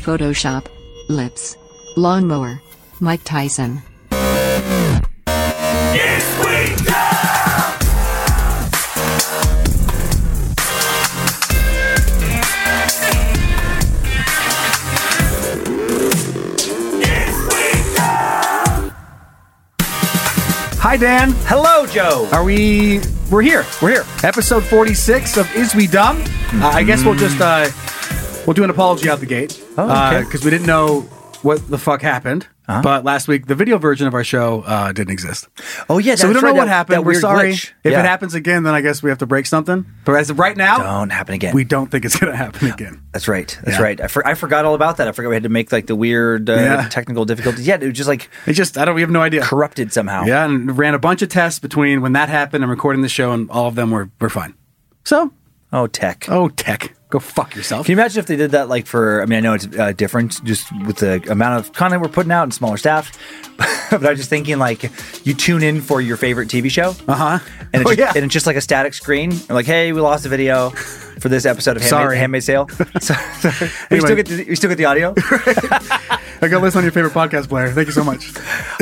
Photoshop. Lips. Lawnmower. Mike Tyson. Hi, Dan. Hello, Joe. Are we? We're here. We're here. Episode forty-six of Is We Dumb? Uh, I guess we'll just uh, we'll do an apology out the gate because Oh, okay. Uh-huh. we didn't know what the fuck happened. But last week, the video version of our show uh, didn't exist. Oh yeah, so we don't that's know right, what that- happened. that We're weird sorry. glitch. If Yeah. it happens again, then I guess we have to break something. But as of right now, Don't happen again. we don't think it's going to happen again. That's right. That's Yeah. right. I, for, I forgot all about that. I forgot we had to make like the weird uh, Yeah. technical difficulties. Yeah, it was just like It just I don't. We have no idea. corrupted somehow. Yeah, and ran a bunch of tests between when that happened and recording the show, and all of them were were fine. So, Oh, tech. oh tech, go fuck yourself. Can you imagine if they did that like for? I mean, I know it's uh, different just with the amount of content we're putting out and smaller staff, but I was just thinking like you tune in for your favorite TV show, Uh huh. and, it's oh just, yeah. and it's just like a static screen. And like, hey, we lost a video for this episode of Sorry. Handmaid, Handmaid's Tale. so, we still Anyway. get the, we still get the audio. I got listen on your favorite podcast player. Thank you so much.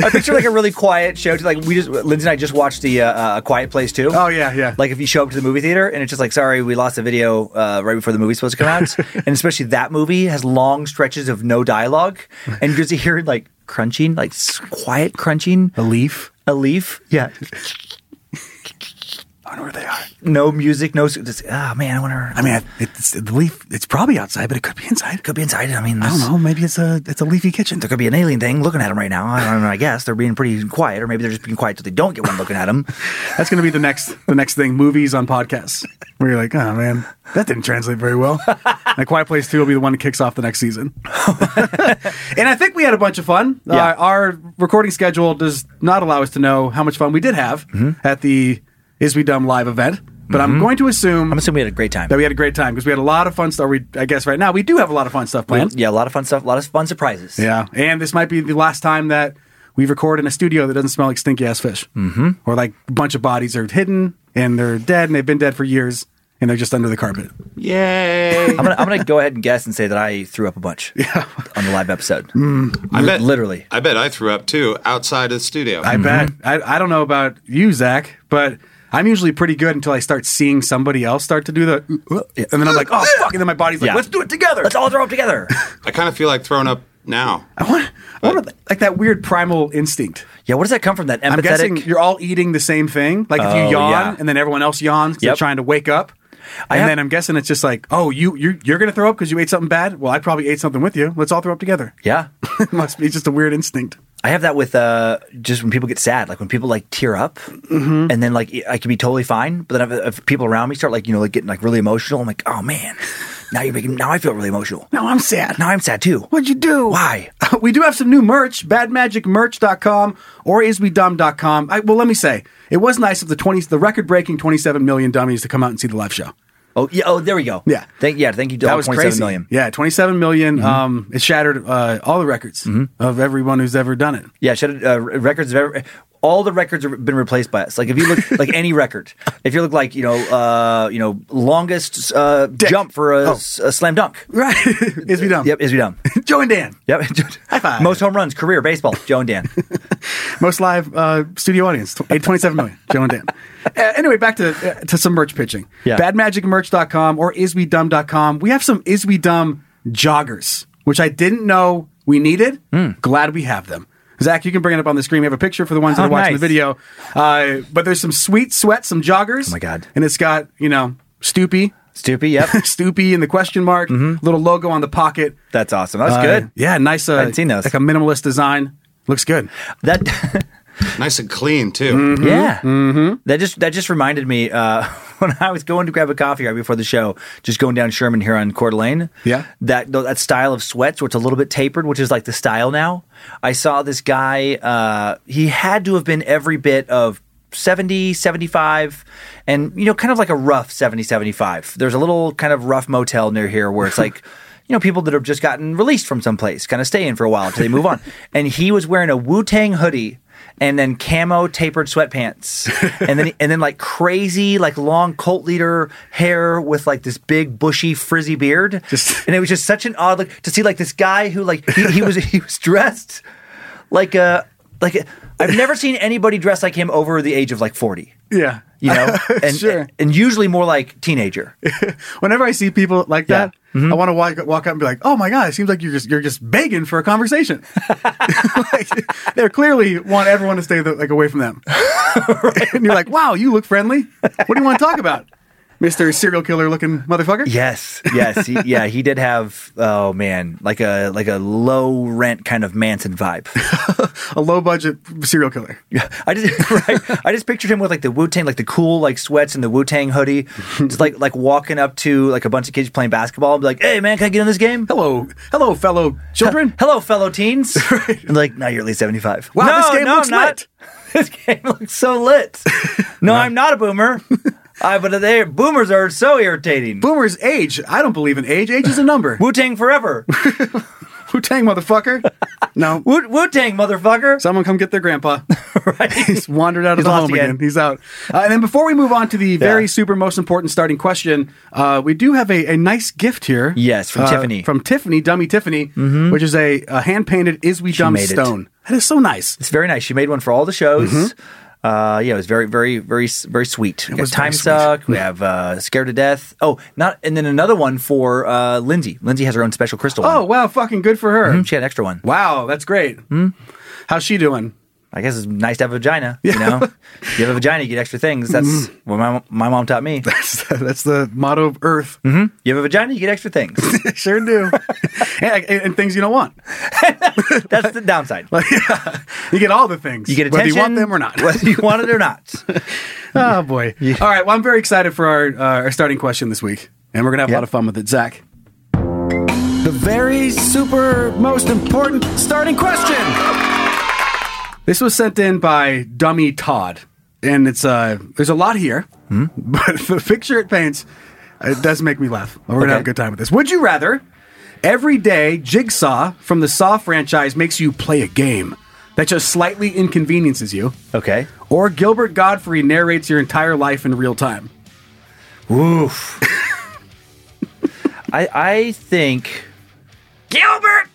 I picture like a really quiet show. Too. Like we just Lindsay and I just watched the uh, uh, Quiet Place too. Oh, yeah, yeah. Like if you show up to the movie theater and it's just like, sorry, we lost the video uh, right before the movie's supposed to come out, and especially that movie has long stretches of no dialogue, and you're just hearing like crunching, like s- quiet crunching, A leaf. a leaf. Yeah, I don't know where they are. no music, no. s- Just, oh man, I wonder. I mean, it's the leaf. It's probably outside, but it could be inside. could be inside. I mean, I don't this- know. Maybe it's a it's a leafy kitchen. There could be an alien thing looking at them right now. I don't know. I guess they're being pretty quiet, or maybe they're just being quiet so they don't get one looking at them. That's going to be the next the next thing. Movies on podcasts. Where you're like, oh man, that didn't translate very well. and Quiet Place Two will be the one that kicks off the next season. and I think we had a bunch of fun. Yeah. Uh, our recording schedule does not allow us to know how much fun we did have Mm-hmm. at the Is We Dumb live event. But I'm going to assume I'm assuming we had a great time. that we had a great time because we had a lot of fun stuff. We I guess right now we do have a lot of fun stuff planned. Yeah, a lot of fun stuff. A lot of fun surprises. Yeah, and this might be the last time that we record in a studio that doesn't smell like stinky ass fish, mm-hmm. or like a bunch of bodies are hidden and they're dead and they've been dead for years and they're just under the carpet. Yay! I'm gonna, I'm gonna go ahead and guess and say that I threw up a bunch. Yeah. On the live episode. Hmm. I bet, literally. I bet I threw up too outside of the studio. I bet. Mm-hmm. I, I don't know about you, Zach, but I'm usually pretty good until I start seeing somebody else start to do the, and then I'm like, oh fuck, and then my body's like, Yeah. let's do it together. Let's all throw up together. I kind of feel like throwing up now. I want, I want like that weird primal instinct. Yeah. Where does that come from? That I'm guessing empathetic. you're all eating the same thing. Like if Oh, you yawn yeah. and then everyone else yawns, 'cause they're Yep. trying to wake up. I And have- then I'm guessing it's just like, oh, you you you're gonna throw up because you ate something bad. Well, I probably ate something with you. Let's all throw up together. yeah. it must be just a weird instinct. I have that with uh, just when people get sad, like when people like tear up, Mm-hmm. and then like I can be totally fine, but then if, if people around me start like you know like getting like really emotional, I'm like, oh man, now you're making now I feel really emotional. No, I'm sad. Now I'm sad too. What'd you do? Why? we do have some new merch, badmagicmerch.com or iswedumb.com. I, well, let me say, it was nice of the 20, the record breaking 27 million dummies to come out and see the live show. Oh yeah. Oh there we go. Yeah. Thank yeah. Thank you. to That all was 27 crazy. million. Yeah, 27 million, Um, it shattered uh, all the records of everyone who's ever done it. Yeah, should, uh, records of every, all the records have been replaced by us. Like if you look like any record, if you look like you know uh, you know longest uh, jump for a, s- a slam dunk. Right. Is we Oh. dumb. Yep, is we done. Joe and Dan. Yep. High five. Most home runs, career, baseball, Joe and Dan. Most live uh, studio audience, tw- 827 million. Joe and Dan. Uh, anyway, back to uh, to some merch pitching. Yeah. Badmagicmerch.com or iswedumb.com. We have some Is We Dumb joggers, which I didn't know we needed. Glad we have them. Zach, you can bring it up on the screen. We have a picture for the ones that Oh, are watching nice. the video. Uh, but there's some sweet sweat, some joggers. Oh my God. And it's got, you know, Stoopy, Stupid. Yep. Stoopy and the question mark, little logo on the pocket. That's awesome. That's Uh, good. Yeah, nice. Uh, hadn't seen those. Like a minimalist design. Looks good. That. Nice and clean too. Mm-hmm. Yeah, that just that just reminded me uh, when I was going to grab a coffee right before the show, just going down Sherman here on Coeur d'Alene. Yeah. that tho- that style of sweats where it's a little bit tapered, which is like the style now. I saw this guy; uh, he had to have been every bit of. 70 75 and you know kind of like a rough 70 75 there's a little kind of rough motel near here where it's like you know people that have just gotten released from someplace kind of stay in for a while until they move on and he was wearing a wu-tang hoodie and then camo tapered sweatpants, and then and then like crazy like long cult leader hair with like this big bushy frizzy beard, and it was just such an odd look to see like this guy who like he, he was he was dressed like a like a, I've never seen anybody dressed like him over the age of like forty. Yeah. You know, and, Sure. and usually more like teenager. Whenever I see people like Yeah. that, I want to walk walk up and be like, "Oh my god, it seems like you're just you're just begging for a conversation." like, they clearly want everyone to stay the, like away from them. and you're like, "Wow, you look friendly. What do you want to talk about, Mister Serial Killer looking motherfucker?" Yes, yes, he, yeah. He did have oh man, like a like a low rent kind of Manson vibe. a low budget serial killer. Yeah, I just right, I just pictured him with like the Wu Tang, like the cool like sweats and the Wu Tang hoodie, just like like walking up to like a bunch of kids playing basketball and be like, "Hey man, can I get in this game?" Hello, hello, fellow children. Hello, fellow teens. And like, now you're at least seventy five. Wow, this game looks lit." This game looks so lit. No, I'm not a boomer. I but they boomers are so irritating. Boomer's age. I don't believe in age. Age is a number. Wu Tang forever. Wu Tang motherfucker. No, Wu Tang motherfucker. Someone come get their grandpa. He's wandered out of He's the lost home again. again. He's out. Uh, and then before we move on to the very super most important starting question, uh, we do have a, a nice gift here. Yes, from uh, Tiffany. Mm-hmm. From Tiffany, Dummy Tiffany, which is a, a hand painted Is We Dumb made it. stone. That is so nice. It's very nice. She made one for all the shows. Uh, yeah, it was very, very, very, s- very sweet. We Mm-hmm. was got very Time sweet. Suck. We have uh, Scared to Death. Oh, not and then another one for uh, Lindsay. Lindsay has her own special crystal. Oh, one. wow. Fucking good for her. she had an extra one. Wow, that's great. Mm-hmm. How's she doing? I guess it's nice to have a vagina. You know, you have a vagina, you get extra things. That's Mm-hmm. what my my mom taught me. that's the motto of Earth. You have a vagina, you get extra things. sure do. and, and things you don't want. That's the downside. You get all the things. You get Whether attention, you want them or not. whether you want it or not. Oh boy! All right. Well, I'm very excited for our uh, our starting question this week, and we're gonna have a Yeah. lot of fun with it. Zach, The very super most important starting question. this was sent in by Dummy Todd, and it's uh there's a lot here, Hmm? but the picture it paints it does make me laugh. We're gonna have a good time with this. Would you rather every day Jigsaw from the Saw franchise makes you play a game that just slightly inconveniences you, Okay. or Gilbert Godfrey narrates your entire life in real time? Oof. I I think Gilbert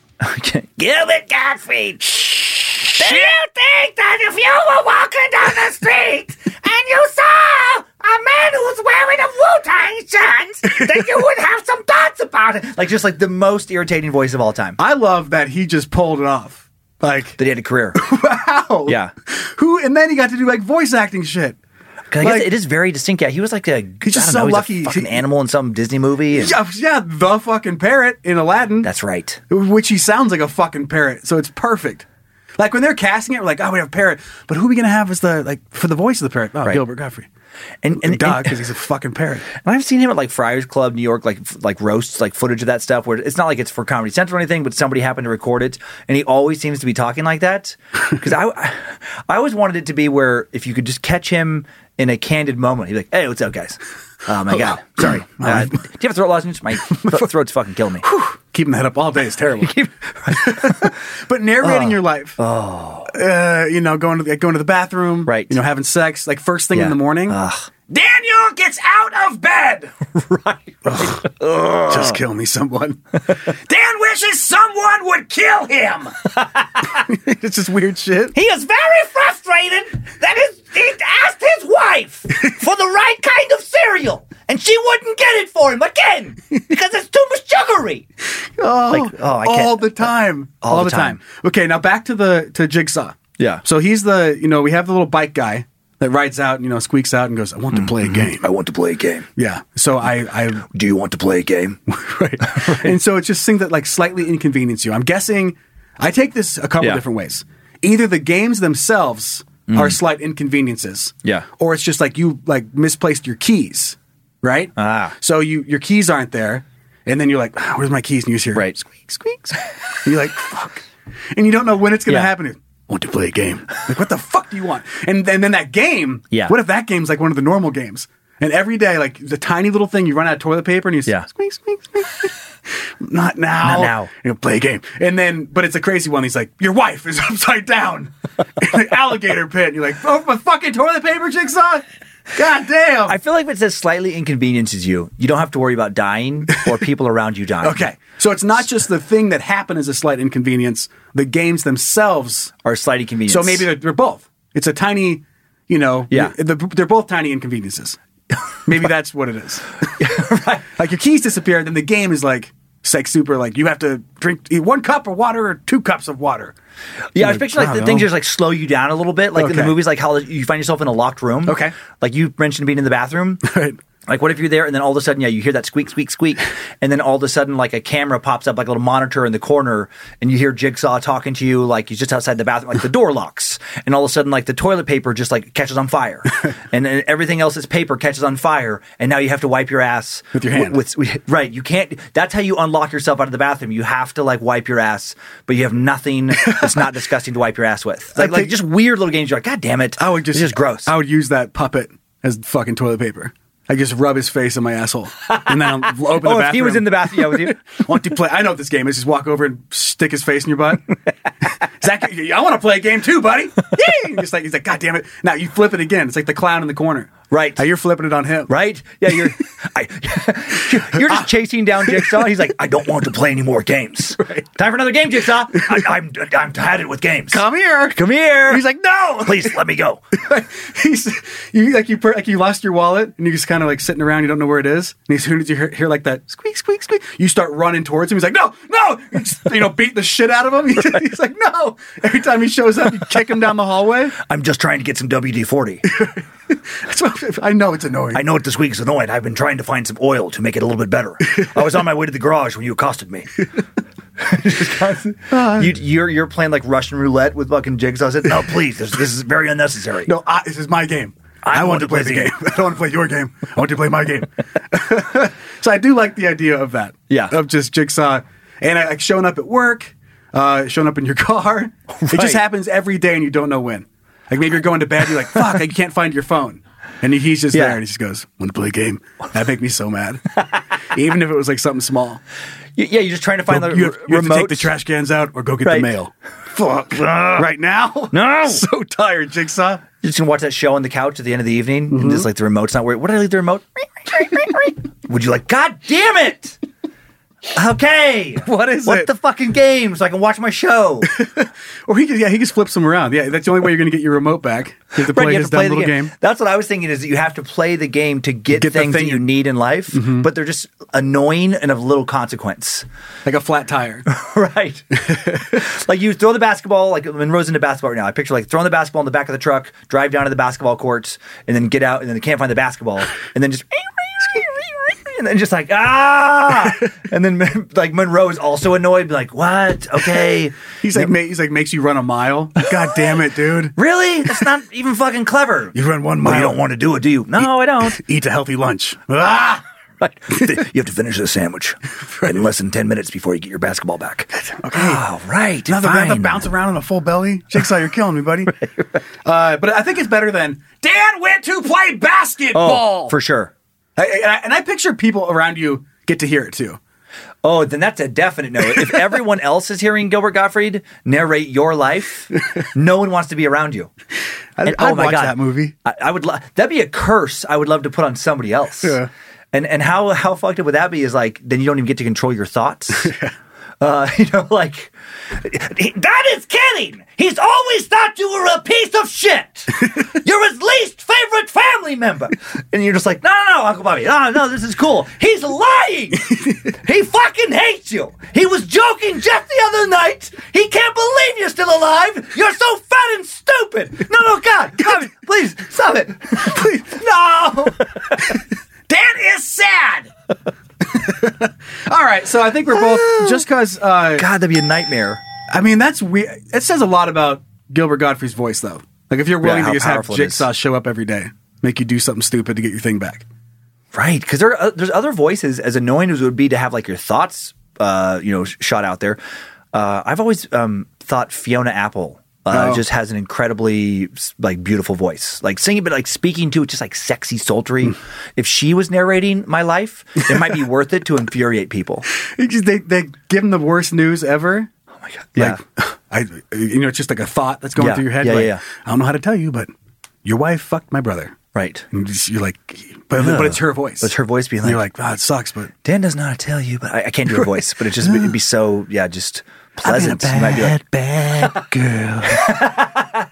Gilbert Gottfried. Do you think that if you were walking down the street and you saw a man who's wearing a Wu Tang shirt, that you would have some thoughts about it? Like just like the most irritating voice of all time. I love that he just pulled it off. Like That he had a career. wow. Yeah. Who and then he got to do like voice acting shit. 'Cause I guess Like- it is very distinct. Yeah, he was like a He's just I don't know, so lucky. he's a fucking animal in some Disney movie. and- Yeah, Uh, yeah, the fucking parrot in Aladdin. That's right. Which he sounds like a fucking parrot, so it's perfect. Like when they're casting it, we're like, oh, we have parrot, but who are we gonna have as the like for the voice of the parrot? Oh, Right. Gilbert Godfrey. And And and, duh, and- because he's a fucking parrot. And I've seen him at like Friars Club, New York, like f- like roasts, like footage of that stuff. Where it's not like it's for Comedy Central or anything, but somebody happened to record it, and he always seems to be talking like that. Because I, I always wanted it to be where if you could just catch him in a candid moment, he'd be like, "Hey, what's up, guys? Oh my god, sorry. Uh, do you have a throat lozenge? My th- throat's fucking killing me." keeping that up all day is terrible. but narrating your life, oh, uh, you know, going to the, going to the bathroom, Right. You know, having sex like first thing Yeah. in Ah. the morning. Daniel gets out of bed. right. Uh. Just kill me, someone. Dan wishes someone would kill him. it's just weird shit. He is very frustrated that his, he asked his wife for the right kind of cereal, and she wouldn't get it for him again because it's too much sugary. Oh, Like, oh, I all can't- the time, all the time. Okay, now back to the to Jigsaw. Yeah. So he's the you know we have the little bike guy that rides out you know squeaks out and goes I want to play a game. I want to play a game. Yeah. So I I Mm-hmm. Do you want to play a game? right. And so it's just things that like slightly inconvenience you. I'm guessing I take this a couple Yeah. Mm. different ways. Either the games themselves are slight inconveniences. Yeah. Or it's just like you like misplaced your keys, right? Ah. So you your keys aren't there. And then you're like, "Ah, where's my keys? And you just hear Right. squeak, squeak. squeak. And you're like, fuck. And you don't know when it's gonna Yeah. happen. Want to play a game? Like, what the fuck do you want? And, and then that game. Yeah. What if that game's like one of the normal games? And every day, like the tiny little thing, you run out of toilet paper and you Yeah. yeah. squeak, squeak, squeak. Not now. Not now. You know, play a game. And then, but it's a crazy one. He's like, your wife is upside down in an alligator pit. And you're like, oh, my fucking toilet paper jigsaw? God damn. I feel like if it says slightly inconveniences you, you don't have to worry about dying or people around you dying. okay. So it's not just the thing that happened as a slight inconvenience, the games themselves. Or slight inconvenience. So maybe they're, they're both. It's a tiny, you know, Yeah. they're, they're both tiny inconveniences. Maybe that's what it is. Like your keys disappear, then the game is like, sex super, like you have to drink eat one cup of water or two cups of water. Yeah, I was picturing like I the don't things know. just like slow you down a little bit, like in the Okay. movies, like how you find yourself in a locked room. Okay. like you mentioned being in the bathroom. Right. Like what if you're there and then all of a sudden, yeah, you hear that squeak, squeak, squeak, and then all of a sudden, like a camera pops up, like a little monitor in the corner, and you hear Jigsaw talking to you, like he's just outside the bathroom, like the door locks, and all of a sudden, like the toilet paper just like catches on fire, and then everything else that's paper catches on fire, and now you have to wipe your ass With your hand. With, with- right, you can't. That's how you unlock yourself out of the bathroom. You have to like wipe your ass, but you have nothing that's not disgusting to wipe your ass with. Like, like think- just weird little games. You're like, God damn it! I would just this is gross. I would use that puppet as fucking toilet paper. I just rub his face in my asshole, and then I'll open the oh, bathroom. if he was in the bathroom, yeah, with you. want to play? I know what this game is. Just walk over and stick his face in your butt. Zach, I want to play a game too, buddy. Yay! And Just like he's like, God damn it! Now you flip it again. It's like the clown in the corner. Right. Now you're flipping it on him. Right? Yeah, you're I, you're Ah. just chasing down Jigsaw. He's like, I don't want to play any more games. Time for another game, Jigsaw. I, I'm I'm tired with games. Come here. Come here. He's like, no. please let me go. he's you like you per, like you lost your wallet and you're just kind of like sitting around. You don't know where it is. And as soon as you hear, hear like that squeak, squeak, squeak, you start running towards him. He's like, no, no, you, just, you know, beat the shit out of him. He's, he's like, no. Every time he shows up, you kick him down the hallway. I'm just trying to get some WD forty. That's what, I know it's annoying. I know it this week is annoying. I've been trying to find some oil to make it a little bit better. I was on my way to the garage when you accosted me. you, you're you're playing like Russian roulette with fucking Jigsaw. I said, no, please, this, this is very unnecessary. no, I, this is my game. I I, want want to play the game. I don't want to play your game. I want to play my game. so I do like the idea of that. Yeah. Of just jigsaw and uh, like showing up at work, uh, showing up in your car. It Right. just happens every day and you don't know when. Like maybe you're going to bed, and you're like, fuck, I can't find your phone. And he's just Yeah. there and he just goes, want to play a game. That make me so mad. Even if it was like something small. Y- Yeah, you're just trying to find the you have, re- you have to remote. take the trash cans out or go get Right. the mail. Fuck. right now? No. So tired, Jigsaw. You're just gonna watch that show on the couch at the end of the evening, Mm-hmm. and just like the remote's not where. What did I leave the remote? Would you like? God damn it! Okay, What is what it? the fucking game? So I can watch my show. Or Oh, he could, yeah, he just flips them around. Yeah, that's the only way you're going to get your remote back. You have to play Right, you have his to play dumb the little game. That's what I was thinking is that you have to play the game to Get get, the things thing that you- Mm-hmm. you need in life, but they're just annoying and of little consequence. Like a flat tire. right. like you throw the basketball, like Monroe's into basketball right now. I picture like throwing the basketball in the back of the truck, drive down to the basketball courts, and then get out, and then they can't find the basketball, and then just. And then just like ah, and then like Monroe is also annoyed, be like what? Okay, He's like, ma- he's like, makes you run a mile. God damn it, dude. really? That's not even fucking clever. You run one Well, mile. you don't want to do it, do you? No, I don't. Eat a healthy lunch. Ah! Right. you have to finish the sandwich in less than ten minutes before you get your basketball back. Okay. Oh, right. Another fine. rather bounce around on a full belly. Jigsaw, you're killing me, buddy. Uh, but I think it's better than Dan went to play basketball. Oh, for sure. I- I- and, I, and I picture people around you get to hear it too. Oh, then that's a definite no. If everyone else is hearing Gilbert Gottfried narrate your life, no one wants to be around you. I'd- And- oh I'd watch that movie. I, I would. Lo- that'd be a curse. I would love to put on somebody else. Yeah. And and how how fucked up would that be? Is like then you don't even get to control your thoughts. Uh, you know, like that is killing. He's always thought you were a piece of shit. you're his least favorite family member, and you're just like, no, no, no, Uncle Bobby, no, no, this is cool. He's lying. he fucking hates you. He was joking just the other night. He can't believe you're still alive. You're so fat and stupid. No, no, God, Bobby, please stop it. please, no. Dad is sad. All right, so I think we're both just because. Uh, God, that'd be a nightmare. I mean, that's weird. It says a lot about Gilbert Godfrey's voice, though. Like if you're willing how to just have powerful it is. Jigsaw show up every day, make you do something stupid to get your thing back. Right, because there are, there's other voices. As annoying as it would be to have like your thoughts, uh, you know, sh- shot out there. Uh, I've always um, thought Fiona Apple uh, Oh. just has an incredibly s- like beautiful voice, like singing, but like speaking to it, just like sexy, sultry. Hmm. If she was narrating my life, it might be worth it to infuriate people. It just- they they give him the worst news ever. Oh my god! Yeah. Like, I you know, it's just like a thought that's going Yeah, through your head. yeah, like, yeah, yeah. I don't know how to tell you, but your wife fucked my brother. Right. And just- you're like, but, but it's her voice. But it's her voice being And you're like- like, oh, it sucks, but Dan does not tell you, but I, I can't do her voice. But it just it'd be so yeah, just pleasant. You might be like, bad girl.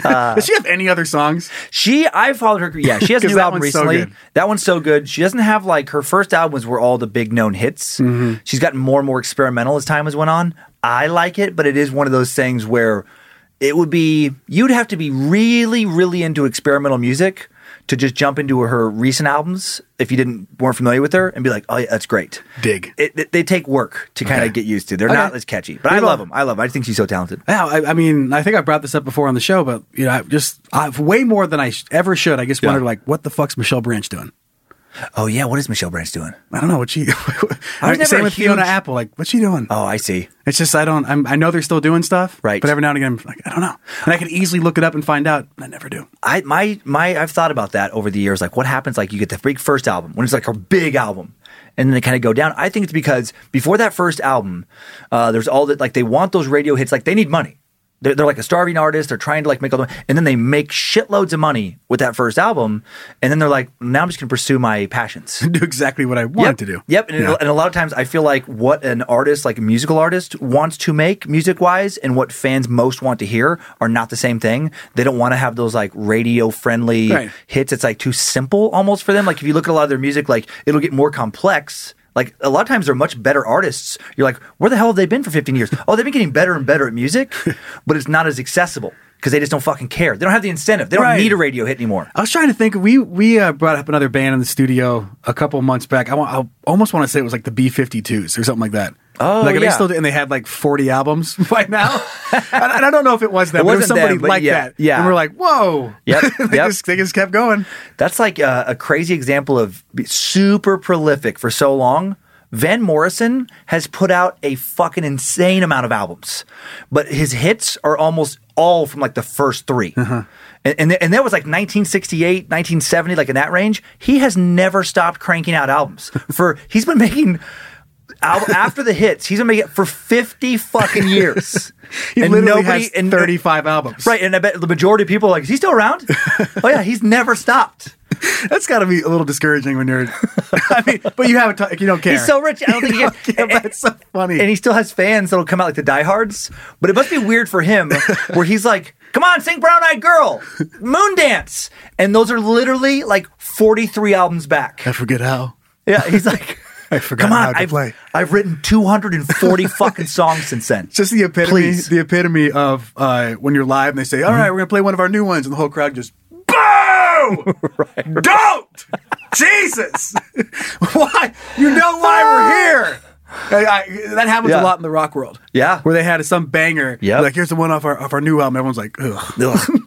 Does she have any other songs? She, I followed her. Yeah, she has a 'Cause new that album one's so recently. good. that one's so good. She doesn't have like her first albums were all the big known hits. Mm-hmm. She's gotten more and more experimental as time has went on. I like it, but it is one of those things where it would be you'd have to be really, really into experimental music to just jump into her recent albums if you didn't weren't familiar with her and be like, oh yeah, that's great. Dig. It, it- they take work to kind of get used to. They're not Okay. as catchy, but We I both- love them. I love. 'em. I think she's so talented. Yeah, I, I mean, I think I brought this up before on the show, but you know, I just I've way more than I sh- ever should. I just wondered, like, what the fuck's Michelle Branch doing? Oh yeah, what is Michelle Branch doing? I don't know what she. never same a with Fiona huge- Apple. Like, what's she doing? Oh, I see. It's just I don't. I'm, I know they're still doing stuff, Right. But every now and again, I'm like, I don't know, and I could easily look it up and find out, but I never do. I my my I've thought about that over the years. Like what happens like you get the big first album when it's like her big album. And then they kind of go down. I think it's because before that first album, uh, there's all that like they want those radio hits. Like they need money. They're, they're like a starving artist. They're trying to like make all the and then they make shitloads of money with that first album. And then they're like, now I'm just gonna pursue my passions. Do exactly what I wanted yep. to do. Yep. And, Yeah. and a lot of times I feel like what an artist, like a musical artist, wants to make music wise and what fans most want to hear are not the same thing. They don't want to have those like radio friendly Right. hits. It's like too simple almost for them. Like if you look at a lot of their music, like it'll get more complex. Like a lot of times they're much better artists. You're like, where the hell have they been for 15 years? Oh, they've been getting better and better at music, but it's not as accessible because they just don't fucking care. They don't have the incentive. They don't Right. need a radio hit anymore. I was trying to think. We we uh, brought up another band in the studio a couple months back. I, want, I almost want to say it was like the B52s or something like that. Oh, like are they yeah. still do, and they had like forty albums by now. and, and I don't know if it was that, It but it was wasn't somebody them, but like yeah, that. yeah. and we're like, whoa, Yep, they, yep. Just, they just kept going. That's like uh, a, a crazy example of be- super prolific for so long. Van Morrison has put out a fucking insane amount of albums, but his hits are almost all from like the first three. Uh-huh. And, and, th- and that was like 1968, 1970, like in that range. He has never stopped cranking out albums. For he's been making al- after the hits, he's been making it for 50 fucking years. He literally has and- uh, thirty-five albums. Right, and I bet the majority of people are like, is he still around? oh yeah, he's never stopped. That's got to be a little discouraging when you're. I mean, but you have a t- you don't care. He's so rich. I don't think he You can. don't care, but it's so funny. And he still has fans that'll come out like the diehards. But it must be weird for him where he's like, come on, sing Brown Eyed Girl, Moon Dance. And those are literally like 43 albums back. I forget how. Yeah, he's like, I forgot come on, how to I've, play." I've written 240 fucking songs since then. It's just the epitome, Please. Mm-hmm. the epitome of uh, when you're live and they say, "All right, we're gonna play one of our new ones," and the whole crowd just boo, don't, Jesus, why? You know why we're here? I, I, that happens Ah! Yeah. a lot in the rock world. Yeah. where they had some banger. Yep. like here's the one off our off our new album. Everyone's like, Ugh. Ugh.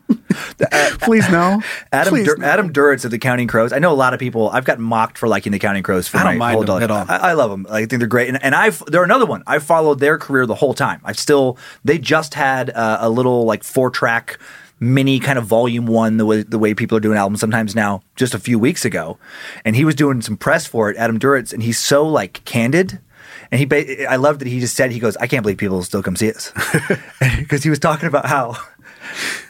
please no, Adam please Dur- no. Adam Duritz of the Counting Crows. I know a lot of people. I've gotten mocked for liking the Counting Crows. For I don't my mind whole them at adult- all. I, I love them. I think they're great. And, and I've they're another one. I followed their career the whole time. I've still they just had uh, a little like four track mini kind of volume one the way the way people are doing albums sometimes now just a few weeks ago, and he was doing some press for it. Adam Duritz, and he's so like candid. And he, ba- I love that he just said, he goes, I can't believe people still come see us. Because he was talking about how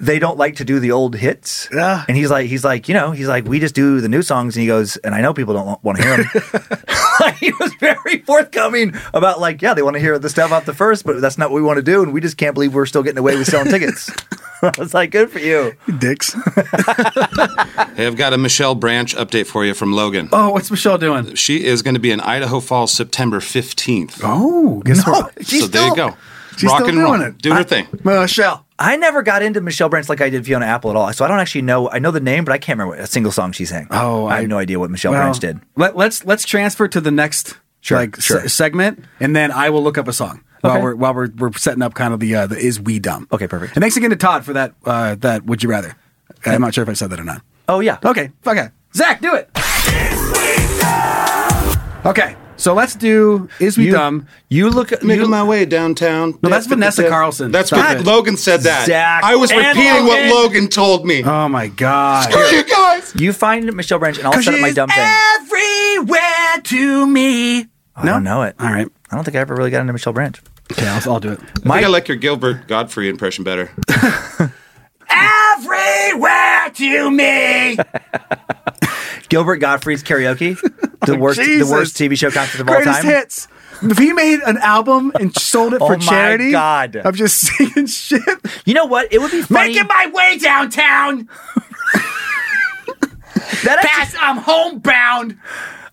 they don't like to do the old hits. Yeah. And he's like, he's like, you know, he's like, we just do the new songs. And he goes, and I know people don't want to hear them. he was very forthcoming about like, yeah, they want to hear the stuff off the first, but that's not what we want to do. And we just can't believe we're still getting away with selling tickets. I was like, good for you. Dicks. Hey, I've got a Michelle Branch update for you from Logan. Oh, what's Michelle doing? She is going to be in Idaho Falls September 15th. Oh, guess what? so there you go. She's Rock still and doing roll. it. Do her I- thing. Michelle. I never got into Michelle Branch like I did Fiona Apple at all. So I don't actually know. I know the name, but I can't remember what- a single song she sang. Oh, I, I- have no idea what Michelle Well, Branch did. Let, let's let's transfer to the next Sure, like sure. se- segment, and then I will look up a song while Okay. we're while we're, we're setting up kind of the uh, the is we dumb. Okay, perfect. And thanks again to Todd for that uh, that would you rather. I'm not sure if I said that or not. Oh yeah. Okay, okay. Zach, do it. Okay, so let's do is we You, dumb. you look. Making you, my way downtown. No, that's Vanessa Carlson. That's Stop what it. Logan said that. Zach I was and repeating what Logan. Logan told me. Oh my god. you guys. you find Michelle Branch, and I'll set up my dumb thing. everywhere to me. I don't know it. All right. I don't think I ever really got into Michelle Branch. Okay, I'll, I'll do it. I think I like your Gilbert Godfrey impression better. Everywhere to me. Gilbert Gottfried's karaoke, the worst, the Jesus. worst TV show concert of all Greatest time. hits. If he made an album and sold it Oh for my charity, God. I'm just singing shit. You know what? It would be funny. Making my way downtown. that actually- Pass. I'm homebound.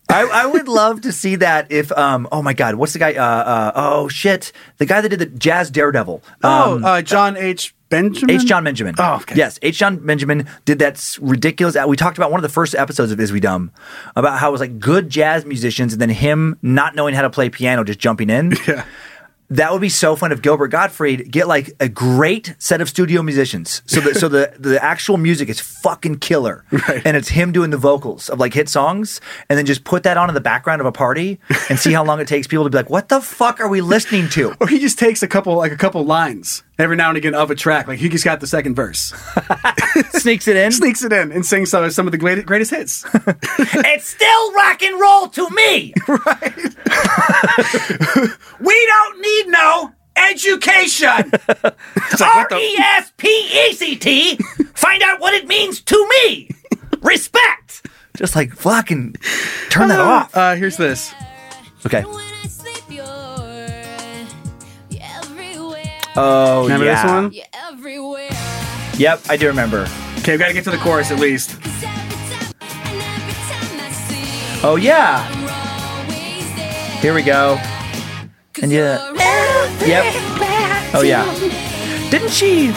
I, I would love to see that if um oh my god what's the guy uh, uh oh shit the guy that did the jazz daredevil Oh, um, uh, John H. Benjamin. H. John Benjamin. Oh, okay. Yes, H. John Benjamin did that s- ridiculous. We talked about one of the first episodes of Is We Dumb about how it was like good jazz musicians and then him not knowing how to play piano just jumping in. Yeah. That would be so fun if Gilbert Gottfried get like a great set of studio musicians, so that so the the actual music is fucking killer, and it's him doing the vocals of like hit songs, and then just put that on in the background of a party and see how long it takes people to be like, what the fuck are we listening to? Or he just takes a couple, like a couple lines every now and again of a track. Like he just got the second verse, Sneaks it in. sneaks it in, and sings some, some of the greatest, greatest hits. It's still rock and roll to me. we don't need no education. R E S P E C T. Find out what it means to me. Respect. Just like fucking turn that off. Oh, Uh, here's this. Okay. Everywhere, Oh Remember yeah. this one? you're everywhere. Yep, I do remember. Okay, we gotta get to the chorus at least. 'Cause every time, and every time I see, Oh yeah. you're always there. Here we go. And yeah. Yep. Oh yeah. Didn't she?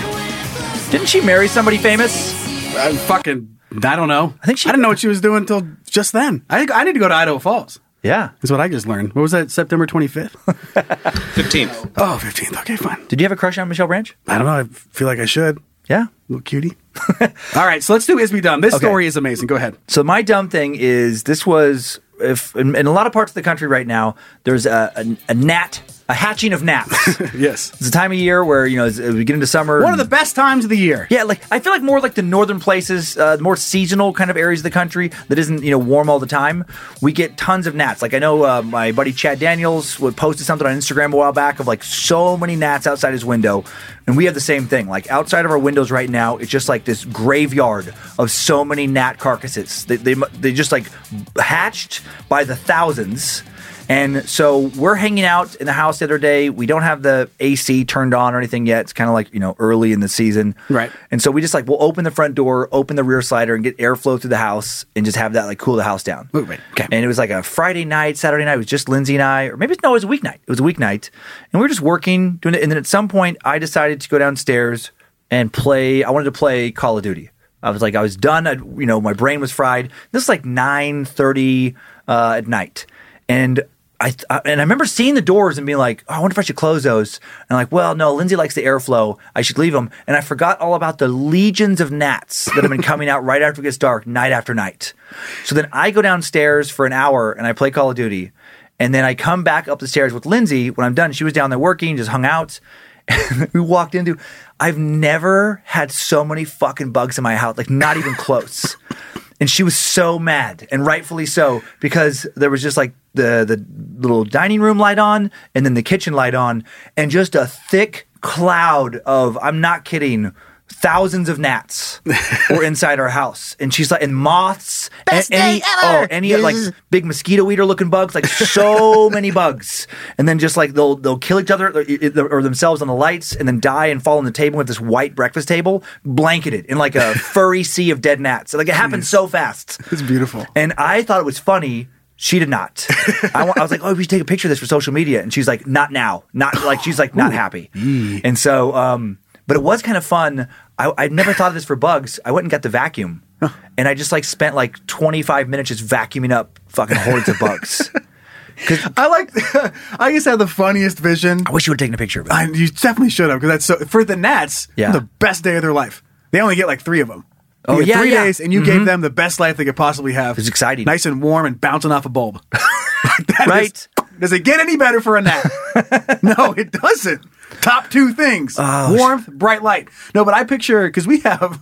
Didn't she marry somebody famous? I Uh, fucking, I don't know. I think she- I didn't know what she was doing until just then. I think I need to go to Idaho Falls. Yeah. Is what I just learned. What was that? September 25th. 15th. oh, 15th. Okay, fine. Did you have a crush on Michelle Branch? I don't know. I feel like I should. Yeah. Little cutie. All right, so let's do Is We Dumb. This Okay. story is amazing. Go ahead. So my dumb thing is this was if in, in a lot of parts of the country right now there's a a, a gnat a hatching of gnats. Yes. It's a time of year where you know as we get into summer. One of the and- best times of the year. yeah, like I feel like more like the northern places, uh, more seasonal kind of areas of the country that isn't you know warm all the time. We get tons of gnats. Like I know uh, my buddy Chad Daniels would posted something on Instagram a while back of like so many gnats outside his window, and we have the same thing. Like outside of our windows right now, it's just like this graveyard of so many gnat carcasses. They they, mu- they just like hatched by the thousands. And so we're hanging out in the house the other day. We don't have the AC turned on or anything yet. It's kind of like, you know, early in the season. Right. And so we just like, we'll open the front door, open the rear slider, and get airflow through the house and just have that like cool the house down. Wait, wait, okay. And it was like a Friday night, Saturday night. It was just Lindsay and I, or maybe no, it was a weeknight. It was a weeknight. And we were just working, doing it. And then at some point, I decided to go downstairs and play. I wanted to play Call of Duty. I was like, I was done. I, you know, my brain was fried. This is like nine thirty uh, at night, and I, th- I and I remember seeing the doors and being like, oh, I wonder if I should close those. And I'm like, well, no, Lindsay likes the airflow. I should leave them. And I forgot all about the legions of gnats that have been coming out right after it gets dark, night after night. So then I go downstairs for an hour and I play Call of Duty. And then I come back up the stairs with Lindsay. When I'm done, she was down there working, just hung out. we walked into. I've never had so many fucking bugs in my house, like not even close. and she was so mad, and rightfully so, because there was just like the the little dining room light on and then the kitchen light on, and just a thick cloud of, I'm not kidding, thousands of gnats were inside our house. And she's like, and moths, and any, oh, any like big mosquito eater looking bugs, like so many bugs. And then just like they'll they'll kill each other or, or themselves on the lights and then die and fall on the table with this white breakfast table blanketed in like a furry sea of dead gnats. Like it happened so fast. It's beautiful. And I thought it was funny. She did not. I, wa- I was like, oh, we should take a picture of this for social media. And she's like, not now. Not like, she's like, not happy. And so, um, but it was kind of fun. I, I'd never thought of this for bugs. I went and got the vacuum. And I just like spent like 25 minutes just vacuuming up fucking hordes of bugs. I like. I just had the funniest vision. I wish you would have taken a picture of it. I, you definitely should have because that's so for the Nats. Yeah. the best day of their life. They only get like three of them. They Oh, get yeah, three yeah. Mm-hmm. days, and you gave them the best life they could possibly have. It's exciting. nice and warm, and bouncing off a bulb. That is- Right. does it get any better for a nat? no, it doesn't. Top two things: Oh, warmth, bright light. No, but I picture because we have.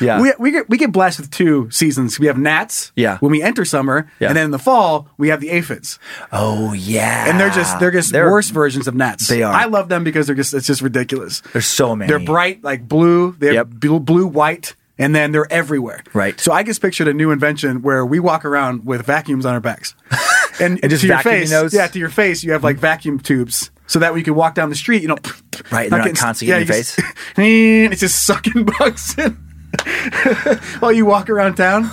Yeah. We, we, get, we get blessed with two seasons. We have gnats Yeah. when we enter summer, Yeah. and then in the fall, we have the aphids oh, yeah. and they're just they're just They're- worse versions of gnats. They are. I love them because they're just it's just ridiculous. There's so many. They're bright like blue. They're Yep. blue, blue white. And then they're everywhere. Right. So I just pictured a new invention where we walk around with vacuums on our backs. And, And just to your vacuuming face, those? Yeah, to your face, you have like vacuum tubes so that when you can walk down the street, you know. Right, and they're not constantly in your face. It's just sucking bugs in while you walk around town.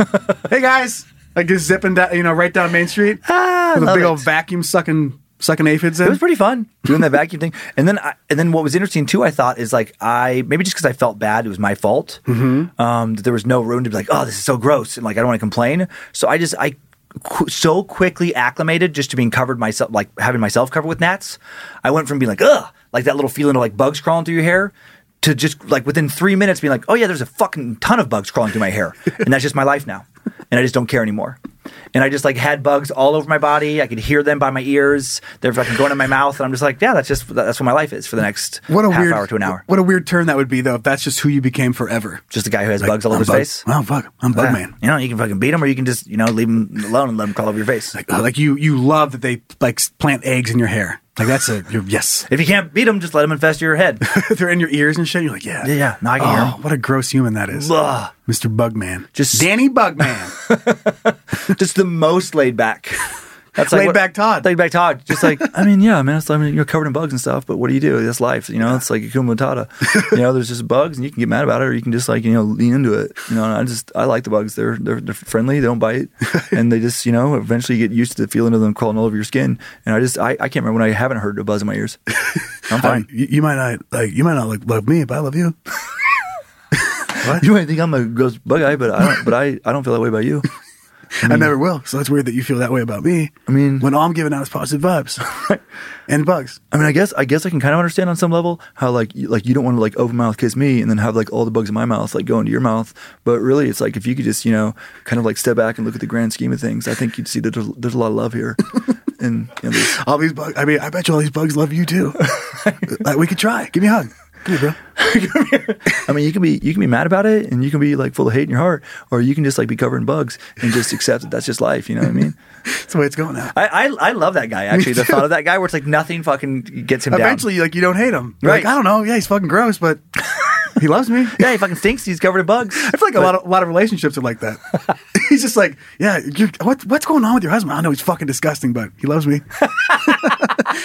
hey guys. Like just zipping down, you know, right down Main Street. Ah, with a love big it. old vacuum sucking sucking aphids in. It was pretty fun doing that vacuum thing. And then, I, and then what was interesting too, I thought is like I maybe just because I felt bad, it was my fault. Um, that there was no room to be like, oh, this is so gross, and like I don't want to complain. So I just I qu- so quickly acclimated just to being covered myself, like having myself covered with gnats. I went from being like, ugh, like that little feeling of like bugs crawling through your hair. To just like within three minutes being like, oh yeah, there's a fucking ton of bugs crawling through my hair. And that's just my life now. And I just don't care anymore. And I just like had bugs all over my body. I could hear them by my ears. They're fucking going in my mouth. And I'm just like, yeah, that's just, that's what my life is for the next What a half weird hour to an hour. What a weird turn that would be, though. If that's just who you became forever. Just a guy who has bugs all I'm over his bug, face. Oh fuck, I'm bug Yeah. man. You know, you can fucking beat them or you can just, you know, leave them alone and let them crawl over your face. Like, uh, like you, you love that they like s- plant eggs in your hair. Like that's a you're, yes. if you can't beat them, just let them infest your head. They're in your ears and shit. You're like yeah, Yeah, yeah. No, I can hear Oh, 'em. what a gross human that is, Ugh. Mister Bugman. Just- Danny Bugman. just the most laid back. That's Laid back Todd. Laid back Todd. Just like, I mean, yeah, man, it's, I mean, you're covered in bugs and stuff, but what do you do? That's life. You know, it's like a matata. You know, there's just bugs and you can get mad about it or you can just like, you know, lean into it. You know, and I just, I like the bugs. They're, they're, they're friendly. They don't bite. And they just, you know, eventually you get used to the feeling of them crawling all over your skin. And I just, I, I can't remember when I haven't heard a buzz in my ears. I'm Uh, fine. you, you might not like you might not like love me, but I love you. You might think I'm a gross bug eye, but I don't, but I, I don't feel that way about you. I never will. So it's weird that you feel that way about me. I mean- when all I'm giving out is positive vibes and bugs. I mean, I guess I guess I can kind of understand on some level how like you, like you don't want to like open mouth kiss me and then have like all the bugs in my mouth like go into your mouth, but really it's like if you could just you know kind of like step back and look at the grand scheme of things, I think you'd see that there's, there's a lot of love here, and you know, there's- All these bugs. I mean, I bet you all these bugs love you too. like, we could try. Give me a hug. Come here, bro. I mean you can be you can be mad about it and you can be like full of hate in your heart, or you can just like be covered in bugs and just accept that that's just life. You know what I mean? That's the way it's going now. I I, I love that guy actually. The thought of that guy where it's like nothing fucking gets him Eventually, like you don't hate him. You're Like, Right. I don't know. Yeah, he's fucking gross, but he loves me. I Yeah, he fucking stinks. He's covered in bugs. I feel like a lot of a lot of relationships are like that. he's just like, yeah, you're, what, what's going on with your husband? I know he's fucking disgusting, but he loves me.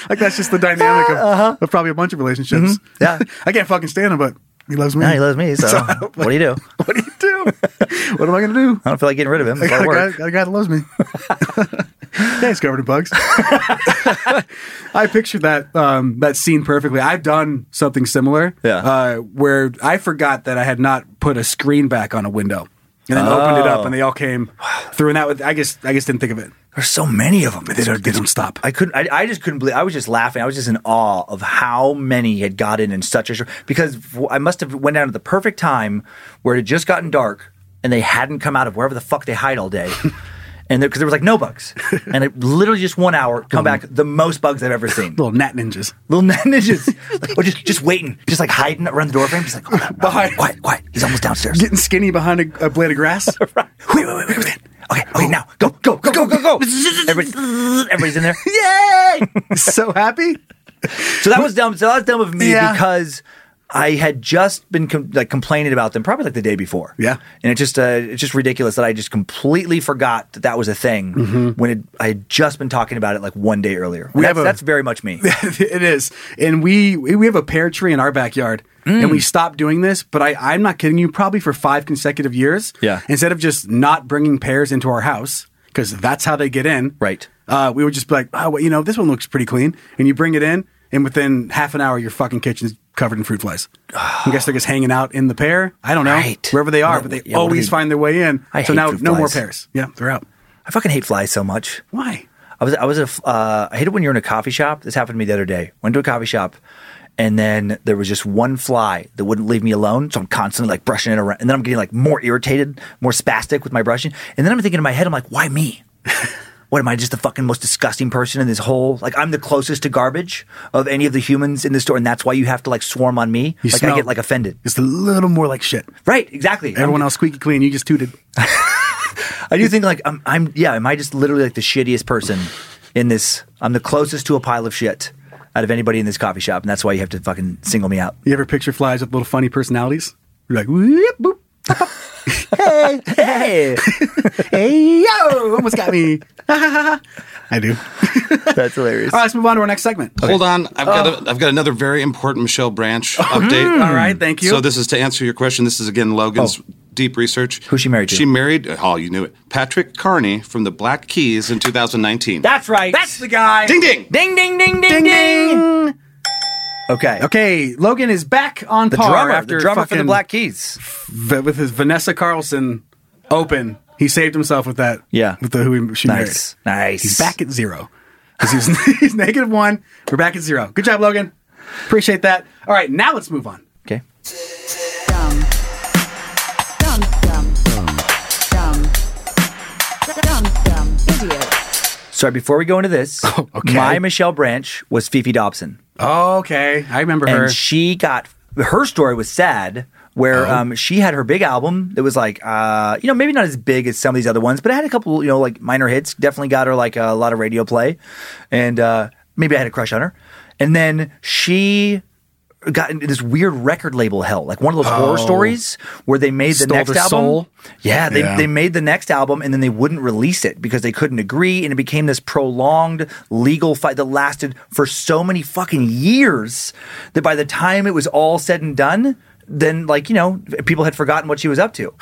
like that's just the dynamic of, of probably a bunch of relationships. Uh-huh. Mm-hmm. Yeah. I can't fucking stand him, but he loves me. Yeah, he loves me. So, So I don't- what do you do? What do you do? what am I gonna do? I don't feel like getting rid of him. I It's a lot got of a, guy, work. got a guy that loves me. yeah, he's covered in bugs. I pictured that um, that scene perfectly. I've done something similar. Yeah. Uh, where I forgot that I had not put a screen back on a window, and then opened Oh. it up, and they all came through. And that was, I guess I just didn't think of it. There's so many of them. But they don't, they don't stop. I couldn't. I, I just couldn't believe. I was just laughing. I was just in awe of how many had gotten in such a short. Because w- I must have went down at the perfect time where it had just gotten dark and they hadn't come out of wherever the fuck they hide all day. And because there was like no bugs, and it literally just one hour come back the most bugs I've ever seen. Little gnat ninjas. Little ninjas, like, or just just waiting, just like hiding around the doorframe. Just like oh, no, no, Behind- quiet, quiet. He's almost downstairs. Getting skinny behind a, a blade of grass. Wait, wait, wait, wait, wait. Okay, okay, now go, go, go, go, go, go. Everybody, everybody's in there. Yay! so happy. So that was dumb. So that was dumb of me Yeah. because I had just been com- like complaining about them probably like the day before. Yeah. and it just uh, it's just ridiculous that I just completely forgot that that was a thing when it, I had just been talking about it like one day earlier. Mm-hmm. We that's, have a- that's very much me. it is. And we we have a pear tree in our backyard. And Mm. we stopped doing this, but I, I'm not kidding you, probably for five consecutive years. Yeah. Instead of just not bringing pears into our house, because that's how they get in. Right. Uh, we would just be like, oh, well, you know, this one looks pretty clean. And you bring it in, and within half an hour, your fucking kitchen's covered in fruit flies. I guess they're just hanging out in the pear. I don't know. Right. Wherever they are, but What- they yeah, what do always they- find their way in. I so hate now, fruit no more flies. pears. Yeah, they're out. I fucking hate flies so much. Why? I was I was at a, uh, I hate it when you're in a coffee shop. This happened to me the other day. Went to a coffee shop, and then there was just one fly that wouldn't leave me alone. So I'm constantly like brushing it around, and then I'm getting like more irritated, more spastic with my brushing. And then I'm thinking in my head, I'm like, why me? What am I just the fucking most disgusting person in this whole? Like I'm the closest to garbage of any of the humans in the store, and that's why you have to like swarm on me. You like I smell- get like offended. Just a little more like shit. Right? Exactly. I'm- Everyone else squeaky clean. You just tooted. I do think like I'm, I'm yeah, am I just literally like the shittiest person in this? I'm the closest to a pile of shit out of anybody in this coffee shop, and that's why you have to fucking single me out. You ever picture flies with little funny personalities? You're like, whoop, boop, pop, pop. Hey, hey, yo, almost got me. I do. that's hilarious. All right, let's move on to our next segment. Hold on, I've got a, I've got another very important Michelle Branch update. Oh. Mm. All right, thank you. Oh. So this is to answer your question. This is again Logan's deep research. Who's she married to? She married. Oh, you knew it. Patrick Carney from the Black Keys in 2019. That's right. That's the guy. ding ding. Ding ding ding ding ding. Okay. Okay, Logan is back on The par drummer, after the drummer for the fucking- Black Keys. v- with his Vanessa Carlson open. He saved himself with that. Yeah. with the who he, she Nice, married. nice. He's back at zero 'Cause he's, he's negative one. We're back at zero. Good job, Logan. Appreciate that. All right, now let's move on. Okay. Dumb. Dumb, dumb. Dumb. Dumb, dumb. Idiot. Sorry. Before we go into this, okay. my Michelle Branch was Fifi Dobson. Okay, I remember her. Oh. and she got her story was sad where um, she had her big album that was like uh, you know maybe not as big as some of these other ones but it had a couple you know like minor hits definitely got her like a lot of radio play and uh, maybe i had a crush on her and then she got into this weird record label hell like one of those horror stories where they made Oh. the Stole next their album soul? yeah they, Yeah. they made the next album and then they wouldn't release it because they couldn't agree and it became this prolonged legal fight that lasted for so many fucking years that by the time it was all said and done then like you know people had forgotten what she was up to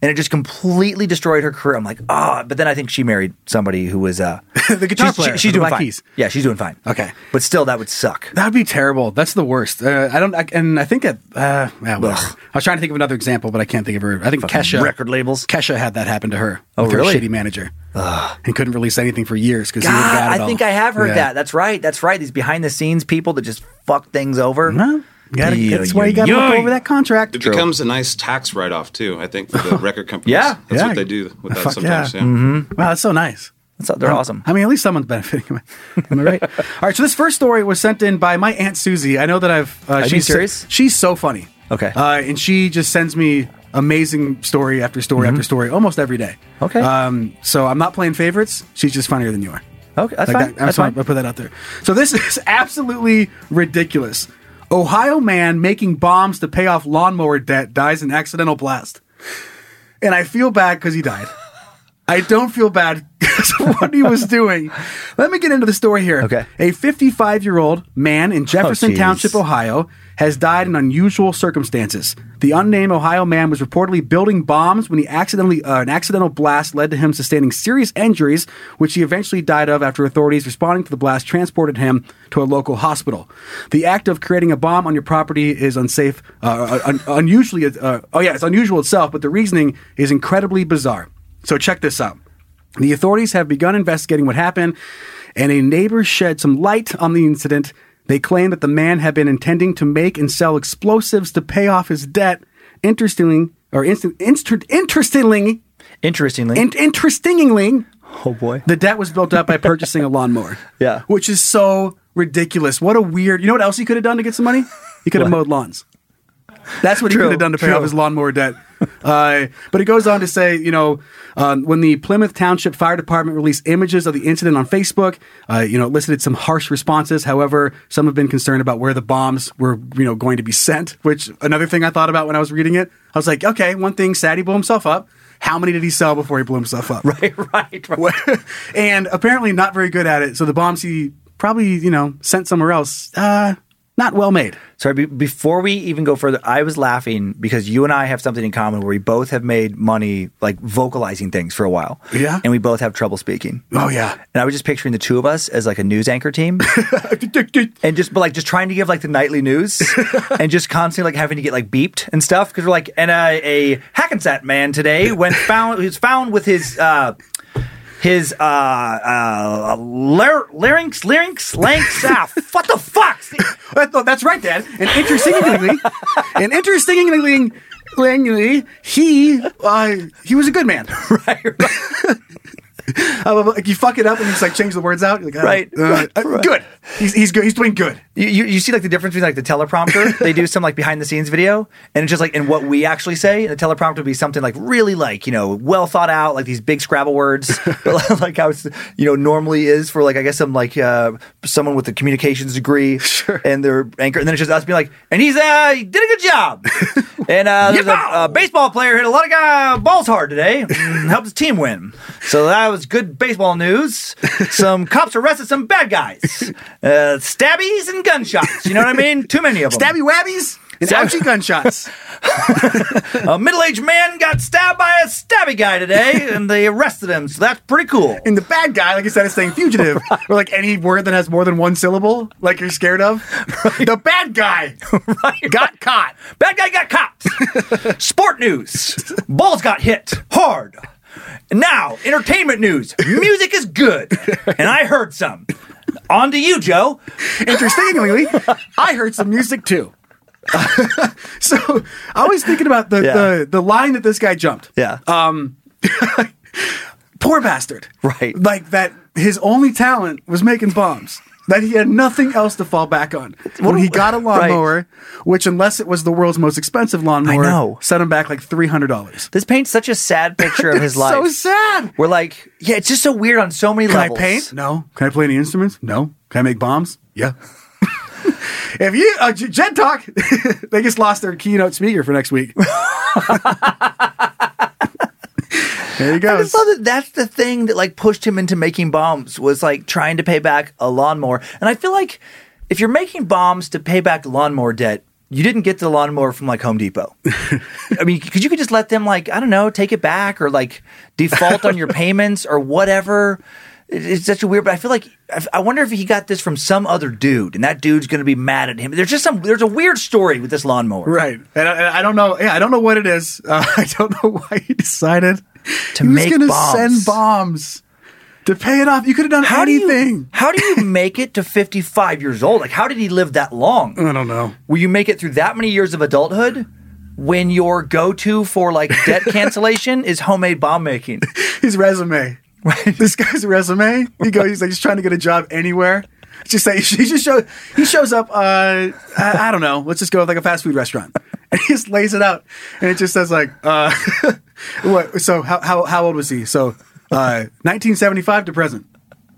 and it just completely destroyed her career i'm like ah but then i think she married somebody who was uh The guitar she's, player for she's the doing Black fine Keys. yeah she's doing fine Okay. but still that would suck That would be terrible. That's the worst. Uh, I don't, I, and I think that. Uh, yeah, whatever. Ugh. I was trying to think of another example, but I can't think of her. I think Kesha record labels. Kesha had that happen to her. Oh, with her really? shitty manager. And couldn't release anything for years because he would have God, got it I all. think I have heard Yeah. that. That's right. That's right. These behind the scenes people that just fuck things over. Well, gotta, Yeah, that's why you yeah, got to look yeah. over that contract. It becomes a nice tax write-off too. I think for the record companies. Yeah. that's Yeah. what they do with that Fuck sometimes. yeah. Mm-hmm. Yeah. Wow, that's so nice. That's- they're awesome. Um, I mean, at least someone's benefiting. Am I, am I right? All right. So this first story was sent in by my aunt Susie. I know that I've. Uh, you she's serious? she's so funny. Okay. Uh, and she just sends me amazing story after story after story almost every day. Mm-hmm. Okay. Um. So I'm not playing favorites. She's just funnier than you are. Okay, that's fine. That, I'm That's sorry, fine. I put that out there. So this is absolutely ridiculous. Ohio man making bombs to pay off lawnmower debt dies in accidental blast, and I feel bad because he died. I don't feel bad because of what he was doing. Let me get into the story here. Okay. A 55 year old man in Jefferson jeez. Township, Ohio, has died in unusual circumstances. The unnamed Ohio man was reportedly building bombs when he accidentally uh, an accidental blast led to him sustaining serious injuries, which he eventually died of after authorities responding to the blast transported him to a local hospital. The act of creating a bomb on your property is unsafe, uh, un- unusually. Uh, oh yeah, it's unusual itself, but the reasoning is incredibly bizarre. So check this out. The authorities have begun investigating what happened, and a neighbor shed some light on the incident. They claim that the man had been intending to make and sell explosives to pay off his debt. Interestingly, or instant, inst- interestingly, Interestingly, and interestingly, oh boy, the debt was built up by purchasing a lawnmower. Yeah. which is so ridiculous. What a weird. You know what else he could have done to get some money? He could have mowed lawns. That's what he True, could have done to pay true. off his lawnmower debt. Uh, but it goes on to say, you know, um, when the Plymouth Township Fire Department released images of the incident on Facebook, uh, you know, it listed some harsh responses. However, some have been concerned about where the bombs were, you know, going to be sent. Which another thing I thought about when I was reading it, I was like, okay, one thing, sad he blew himself up. How many did he sell before he blew himself up? right, right. and apparently not very good at it. So the bombs he probably, you know, sent somewhere else, uh, not well made. Sorry, be- before we even go further, I was laughing because you and I have something in common where we both have made money like vocalizing things for a while. Yeah. And we both have trouble speaking. Oh, yeah. And I was just picturing the two of us as like a news anchor team and just, but like just trying to give like the nightly news and just constantly like having to get like beeped and stuff because we're like, and uh, a Hackensack man today went found, who's found with his, uh, his uh, uh, lar- larynx, larynx, larynx, ah, what the fuck? I thought, that's right, Dad. And interestingly, and interestingly, lingly, he uh, he was a good man. Right. like you fuck it up and you just like change the words out. You're like, oh, Right, uh, right, uh, right. Good. He's, he's good. He's doing good. You, you, you see like the difference between like the teleprompter they do some like behind the scenes video and it's just like and what we actually say the teleprompter would be something like really like you know well thought out like these big Scrabble words but, like how it's you know normally is for like I guess some like uh, someone with a communications degree and their anchor and then it's just us being like and he's uh he did a good job and uh, there's a, Yeehaw! a baseball player hit a lot of guy balls hard today Mm, helped his team win so that was good baseball news some cops arrested some bad guys uh, stabbies and gunshots you know what i mean too many of them Stabby wabbies and Stab- ouchie gunshots. a middle-aged man got stabbed by a stabby guy today and they arrested him so that's pretty cool and the bad guy, like you said, is saying fugitive or like any word that has more than one syllable, like you're scared of. The bad guy got caught. Bad guy got caught. Sport news. Balls got hit hard. Now, entertainment news. Music is good. And I heard some. On to you, Joe. Interestingly, I heard some music too. so I was thinking about the, Yeah. the the line that this guy jumped. Yeah. Um, poor bastard. Right. Like that. His only talent was making bombs. That he had nothing else to fall back on. When he got a Right. lawnmower, which unless it was the world's most expensive lawnmower, know. set him back like three hundred dollars. This paints such a sad picture of his life. So sad. We're like, yeah, it's just so weird on so many Can levels. I paint? No. Can I play any instruments? No. Can I make bombs? Yeah. if you uh, J- Jed Talk, they just lost their keynote speaker for next week. there you I go. just love that that's the thing that like pushed him into making bombs was like trying to pay back a lawnmower. And I feel like if you're making bombs to pay back lawnmower debt, you didn't get the lawnmower from like Home Depot. I mean, because you could just let them like I don't know take it back or like default on your payments or whatever. It- It's such a weird, but I feel like I- I wonder if he got this from some other dude, and that dude's going to be mad at him. There's just some. There's a weird story with this lawnmower. Right. And I, and I don't know. Yeah, I don't know what it is. Uh, I don't know why he decided To he was make gonna bombs. send bombs to pay it off. You could have done How do you- anything. how do you make it to 55 years old? Like, how did he live that long? I don't know. Will you make it through that many years of adulthood when your go to for like debt cancellation is homemade bomb making? his resume. This guy's resume. He goes. He's like he's trying to get a job anywhere. Just say he just shows. He shows up. Uh, I, I don't know. Let's just go with like a fast food restaurant. And he just lays it out, and it just says like, uh, what? So how how how old was he? So uh, 1975 to present.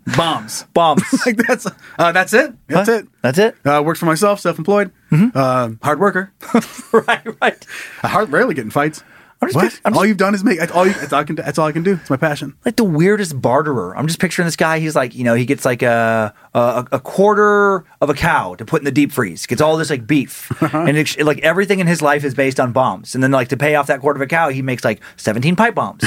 Bombs. Bombs. Like that's uh, that's it. That's Huh? it. That's it? Mm-hmm. Uh, works for myself. Self employed. Uh, hard worker. right, right. I hard rarely get in fights. I'm just what? pic- I'm all just- you've done is make. That's all. You, that's all I can. That's all I can do. It's my passion. Like the weirdest barterer. I'm just picturing this guy. He's like, you know, he gets like a a, a quarter of a cow to put in the deep freeze. Gets all this like beef, Uh-huh. and it's, like everything in his life is based on bombs. And then like to pay off that quarter of a cow, he makes like 17 pipe bombs,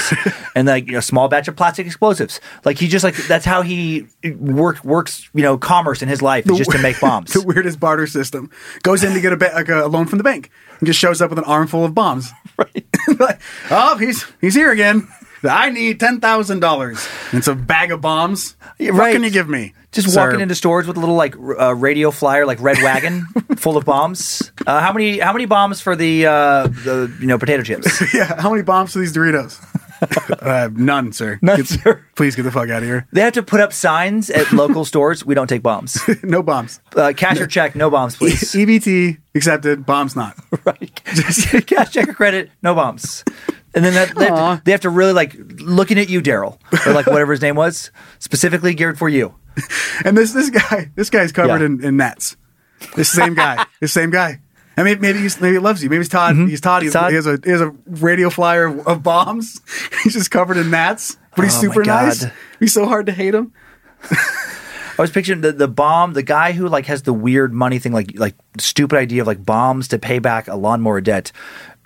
and like you know, small batch of plastic explosives. Like he just like that's how he work works. You know, commerce in his life is just to make bombs. the weirdest barter system. Goes in to get a, ba- like a loan from the bank and just shows up with an armful of bombs. Right. oh, he's he's here again. I need ten thousand dollars. It's a bag of bombs. Yeah, What right. can you give me? Just sir? walking into stores with a little like r- uh, radio flyer, like red wagon full of bombs. Uh, how many? How many bombs for the uh, the you know potato chips? yeah. How many bombs are these Doritos? Uh, none, sir. None, Get- sir. Please get the fuck out of here. They have to put up signs at local stores. We don't take bombs. No bombs. E-, Uh, cash or check, no bombs, please. EBT accepted. Bombs not. right. cash, check, or credit, no bombs. And then that, they, have to, they have to really like looking at you, Daryl, or like whatever his name was, specifically geared for you. And this this guy this guy's covered Yeah. in, in nets. This same guy. this same guy. I mean, maybe he's, maybe he loves you. Maybe he's Todd. He's Todd. He's, Mm-hmm. Todd. He, has a, he has a radio flyer of, of bombs. he's just covered in gnats, but he's Oh, my super nice. God. He's so hard to hate him. I was picturing the, the bomb, the guy who like has the weird money thing, like like stupid idea of like bombs to pay back a lawnmower debt.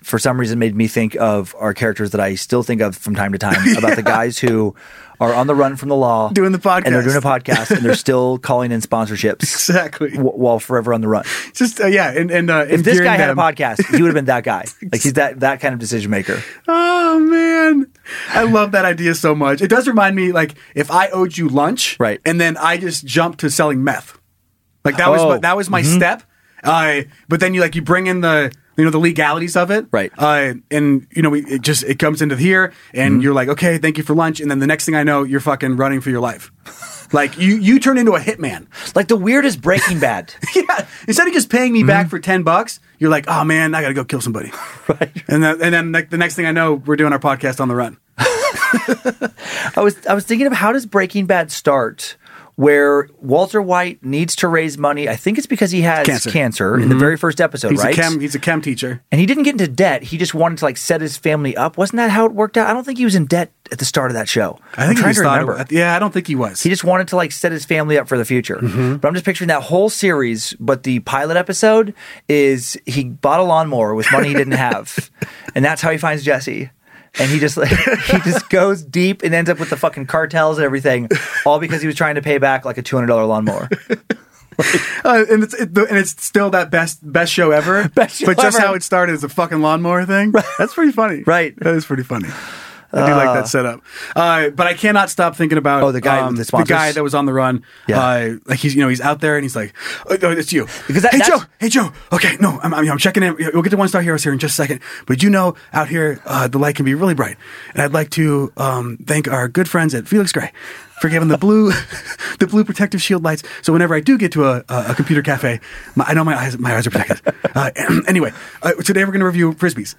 For some reason, made me think of our characters that I still think of from time to time about the guys who are on the run from the law, Doing the and they're podcast. doing a podcast, and they're still calling in sponsorships Exactly. wh- while forever on the run. Just uh, yeah, and and uh, If this endearing guy had a them. podcast, he would have been that guy. Like he's that that kind of decision maker. Oh man, I love that idea so much. It does remind me, like if I owed you lunch, Right. and then I just jumped to selling meth, like that was Oh. my, that was my step. Uh, but then you like you bring in the you know the legalities of it, Right. Uh, and you know we, it just it comes into here, Mm-hmm. and you're like, okay, thank you for lunch, and then the next thing I know, you're fucking running for your life. Like you, you turn into a hitman. Like the weirdest Breaking Bad. Yeah. Instead of just paying me Mm-hmm. back for ten bucks, you're like, oh man, I gotta go kill somebody. right. And then, and then like, the next thing I know, we're doing our podcast on the run. I was I was thinking of how does Breaking Bad start? Where Walter White needs to raise money. I think it's because he has Cancer. Mm-hmm. cancer, in the very first episode, He's right? a chem. He's a chem teacher. and he didn't get into debt. He just wanted to like set his family up. Wasn't that how it worked out? I don't think he was in debt at the start of that show. I think am he trying just to thought it- remember. yeah, I don't think he was. He just wanted to like set his family up for the future. But I'm just picturing that whole series. But the pilot episode is he bought a lawnmower with money he didn't have, and that's how he finds Jesse. And he just like, he just goes deep and ends up with the fucking cartels and everything, all because he was trying to pay back like a two hundred dollar lawnmower. uh, and it's it, and it's still that best best show ever. Best show but just ever. how it started is a fucking lawnmower thing. That's pretty funny. Right. That is pretty funny. I do like that setup. Uh, but I cannot stop thinking about um, Oh, the guy with the sponsors? guy that was on the run. Yeah. Uh, like he's you know he's out there and he's like, oh, no, it's you. Because that- hey that's- Joe, hey Joe. Okay, no, I'm, I'm, I'm checking in. We'll get to one star heroes here in just a second. But you know, out here uh, the light can be really bright, and I'd like to um, thank our good friends at Felix Gray. For giving the blue, the blue protective shield lights. So whenever I do get to a, a, a computer cafe, my, I know my eyes, my eyes are protected. Uh, anyway, uh, today we're going to review frisbees.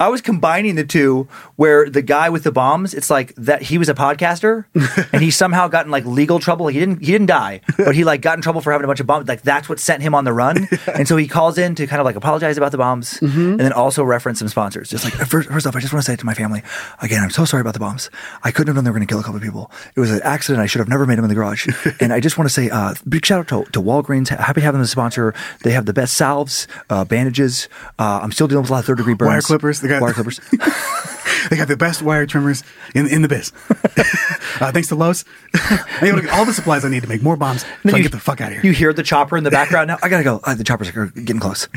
I was combining the two where the guy with the bombs, it's like that he was a podcaster and he somehow got in like legal trouble. He didn't he didn't die, but he like got in trouble for having a bunch of bombs. Like that's what sent him on the run. And so he calls in to kind of like apologize about the bombs and then also reference some sponsors. Just like first, first off, I just want to say to my family, again, I'm so sorry about the bombs. I couldn't have known they were gonna kill a couple of people. It was an accident. I should have never made them in the garage. and I just want to say uh big shout out to, to Walgreens. Happy to have them as a sponsor. They have the best salves, uh, bandages. Uh, I'm still dealing with a lot of third degree burns. Wire clippers, they got- wire clippers. They got the best wire trimmers in, in the biz. uh, thanks to Lowe's, I'm able to get all the supplies I need to make more bombs. So I Then can you- get the fuck out of here. You hear the chopper in the background now. I gotta go. Uh, the choppers are getting close.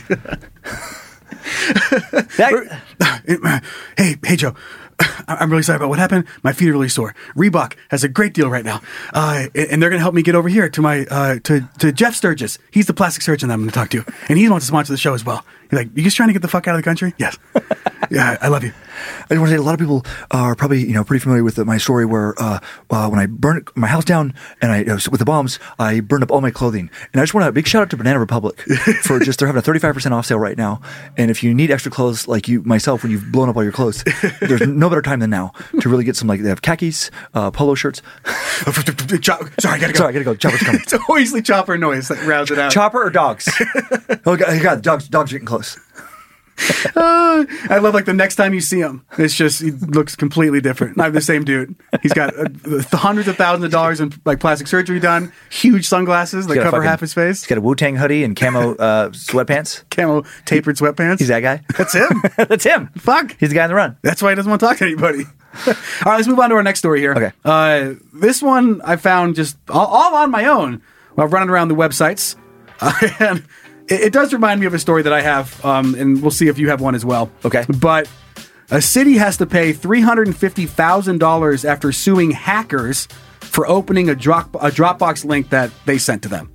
that, hey, hey, Joe. I- I'm really sorry about what happened. My feet are really sore. Reebok has a great deal right now, uh, and and they're going to help me get over here to my uh, to to Jeff Sturgis. He's the plastic surgeon that I'm going to talk to, and he wants to sponsor the show as well. He's like, "You just trying to get the fuck out of the country?" Yes. yeah, I love you. I just want to say a lot of people are probably you know pretty familiar with my story where uh, uh, when I burned my house down and I uh, with the bombs I burned up all my clothing and I just want a big shout out to Banana Republic for just they're having a thirty five percent off sale right now and if you need extra clothes like you myself when you've blown up all your clothes there's no better time than now to really get some like they have khakis uh, polo shirts Chop- sorry, I gotta go. Sorry, I gotta go. Chopper's coming. it's always the chopper noise that rounds it out. chopper or dogs oh god, god dogs dogs are getting close. Ah, I love like the next time you see him, it's just he looks completely different. Not the same dude. He's got uh, th- hundreds of thousands of dollars in like plastic surgery done, huge sunglasses that He's got a cover fucking- half his face, He's got a Wu Tang hoodie and camo uh, sweatpants. camo tapered sweatpants. He's that guy. That's him. That's him. Fuck. He's the guy on the run. That's why he doesn't want to talk to anybody. all right, let's move on to our next story here. Okay. Uh, this one I found just all, all on my own while running around the websites. Uh, and it, it does remind me of a story that I have, um, and we'll see if you have one as well. Okay. But a city has to pay $350,000 after suing hackers for opening a, drop, a Dropbox link that they sent to them.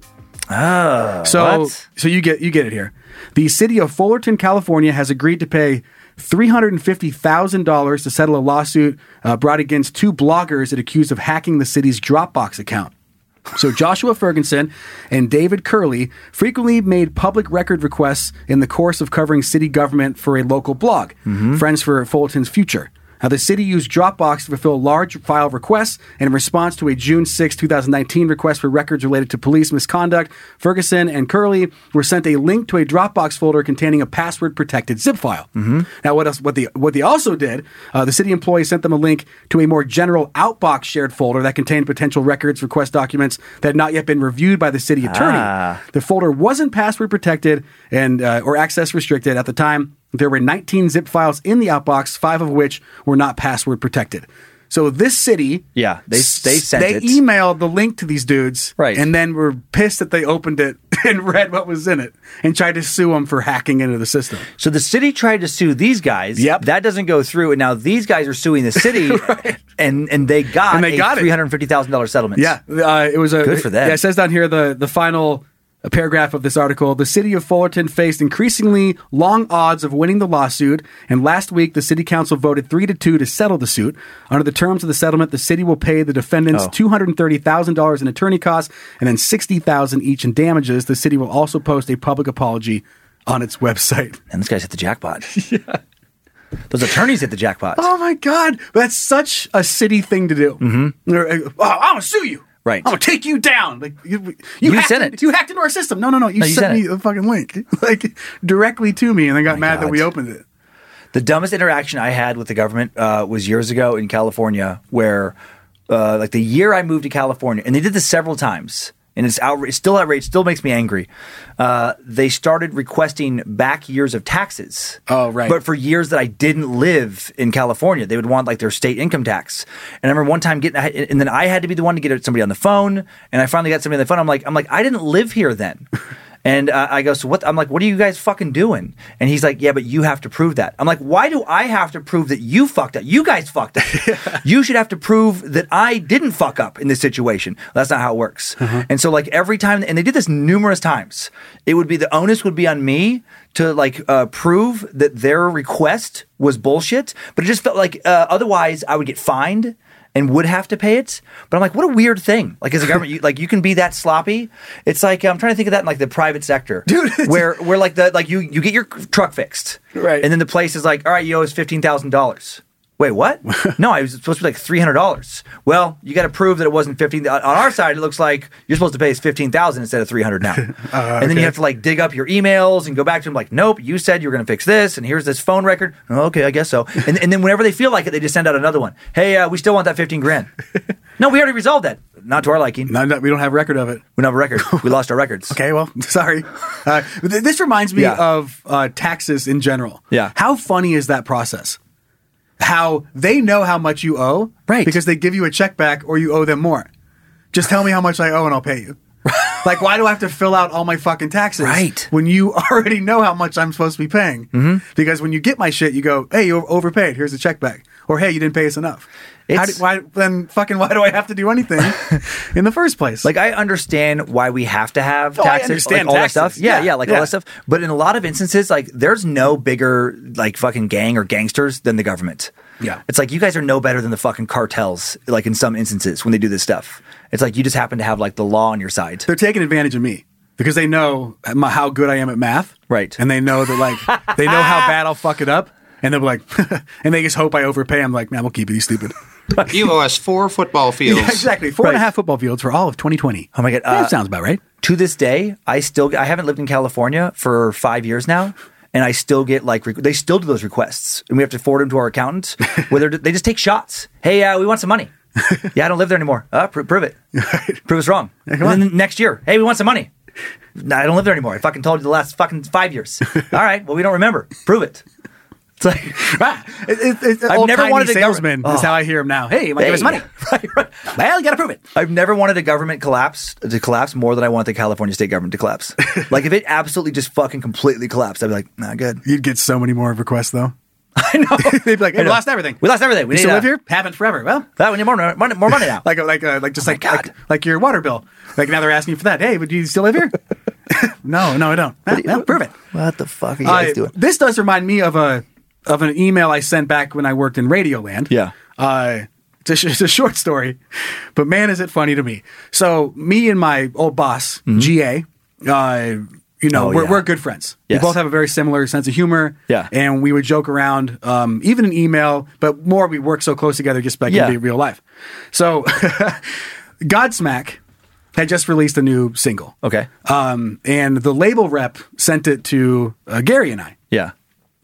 So what? so you get you get it here. The city of Fullerton, California, has agreed to pay three hundred and fifty thousand dollars to settle a lawsuit uh, brought against two bloggers that accused of hacking the city's Dropbox account. So Joshua Ferguson and David Curley frequently made public record requests in the course of covering city government for a local blog, Friends for Fullerton's Future. Now, the city used Dropbox to fulfill large file requests. And in response to a June 6, 2019 request for records related to police misconduct, Ferguson and Curley were sent a link to a Dropbox folder containing a password protected zip file. Now, what else? What they what they also did? Uh, the city employee sent them a link to a more general Outbox shared folder that contained potential records, request documents that had not yet been reviewed by the city attorney. Ah. The folder wasn't password protected and uh, or access restricted at the time. There were 19 zip files in the outbox, five of which were not password protected. So this city, Yeah, they- they sent they it. emailed the link to these dudes, Right. and then were pissed that they opened it and read what was in it, and tried to sue them for hacking into the system. So the city tried to sue these guys. Yep. That doesn't go through, and now these guys are suing the city, and and they got And they a got it. three hundred fifty thousand dollars settlement. Yeah, uh, it was a Good for them. Yeah, it says down here the the final uh, paragraph of this article. The city of Fullerton faced increasingly long odds of winning the lawsuit, and last week the city council voted three to two to settle the suit. Under the terms of the settlement, the city will pay the defendants Oh. two hundred and thirty thousand dollars in attorney costs and then sixty thousand each in damages. The city will also post a public apology on its website. And this guy's hit the jackpot. yeah. Those attorneys hit the jackpot. Oh my God, that's such a city thing to do. Mm-hmm. I'm gonna sue you. Right. I'm gonna take you down. Like you, You hacked sent in- it. You hacked into our system. No, no, no. You No, you sent sent me it. the fucking link, like directly to me, and then got mad that God. we opened it. The dumbest interaction I had with the government uh, was years ago in California, where uh, like the year I moved to California, and they did this several times, and it's outra- it's still outraged, still makes me angry. Uh, they started requesting back years of taxes. Oh, right. But for years that I didn't live in California, they would want like their state income tax. And I remember one time getting, and then I had to be the one to get somebody on the phone, and I finally got somebody on the phone. I'm like, I'm like, I didn't live here then. And uh, I go, so what? I'm like, what are you guys fucking doing? And he's like, yeah, but you have to prove that. I'm like, why do I have to prove that you fucked up? You guys fucked up. You should have to prove that I didn't fuck up in this situation. That's not how it works. And so, like every time, and they did this numerous times, it would be the onus would be on me to like uh, prove that their request was bullshit. But it just felt like uh, otherwise I would get fined and would have to pay it. But I'm like, what a weird thing. Like as a government, you, like you can be that sloppy. It's like I'm trying to think of that in like the private sector, dude. Where where like the like you you get your truck fixed, Right. And then the place is like, all right, you owe us fifteen thousand dollars. Wait, what? no, I was supposed to be like three hundred dollars. Well, you got to prove that it wasn't fifteen. On on our side, it looks like you're supposed to pay us fifteen thousand instead of three hundred now. Uh, And then you have to like dig up your emails and go back to them like, nope, you said you were going to fix this, and here's this phone record. "Oh, okay, I guess so. And, and then whenever they feel like it, they just send out another one. Hey, uh, we still want that fifteen grand. no, we already resolved that. Not to our liking. No, no, we don't have record of it. We don't have a record. We lost our records. Okay, well, sorry. Uh, th- this reminds me Yeah. of uh, taxes in general. Yeah. How funny is that process? How they know how much you owe, Right. Because they give you a check back, or you owe them more. Just tell me how much I owe, and I'll pay you. like, why do I have to fill out all my fucking taxes? Right. When you already know how much I'm supposed to be paying. Mm-hmm. Because when you get my shit, you go, "Hey, you overpaid. Here's the check back." Or, "Hey, you didn't pay us enough." How It's- do- why then? Fucking why do I have to do anything in the first place? Like I understand why we have to have Oh, I taxes, understand like all taxes. that stuff. Yeah, Yeah, yeah, like yeah. all that stuff. But in a lot of instances, like there's no bigger like fucking gang or gangsters than the government. Yeah. it's like you guys are no better than the fucking cartels. Like in some instances when they do this stuff, it's like you just happen to have like the law on your side. they're taking advantage of me because they know my, how good I am at math. Right. And they know that like they know how bad I'll fuck it up. And they're like, and they just hope I overpay. I'm like, man, we'll keep it. He's stupid. You owe us E four football fields. Yeah, exactly. Four and a half Right. football fields for all of 2020. Oh my God, that uh, sounds about right. to this day, I still I haven't lived in California for five years now, and I still get like requ they still do those requests, and we have to forward them to our accountant. Whether they just take shots. Hey, uh, we want some money. yeah, I don't live there anymore. Uh, pro- prove it. Prove us wrong. and then next year, hey, we want some money. No, I don't live there anymore. I fucking told you the last fucking five years. All right, well, we don't remember. Prove it. It's like It, it, I've never wanted to go- salesman. Is Oh. how I hear him now. Hey, you might give us Hey. money. right, right. Well, you got to prove it. I've never wanted a government collapse to collapse more than I want the California state government to collapse. like if it absolutely just fucking completely collapsed, I'd be like, not good. You'd get so many more requests though. I know. They'd be like, I "Hey, we know. lost everything. We lost everything. We We need still to- live here. Happens forever. Well, That we need more money, more money now. like like uh, like just like, God. like like your water bill. Like now they're asking you for that. Hey, would you still live here? no, no, I don't. Ah, no, prove it. what the fuck are you Uh, This does remind me of a of an email I sent back when I worked in Radioland. Yeah. Uh, it's, a, sh- it's a short story, but man, is it funny to me. So me and my old boss, GA, uh, you know, Mm-hmm. Oh, we're, yeah. we're good friends. Yes. We both have a very similar sense of humor. Yeah. And we would joke around, um, even in email, but more we work so close together just like Yeah. in real life. So Godsmack had just released a new single. Okay. Um, and the label rep sent it to uh, Gary and I. Yeah.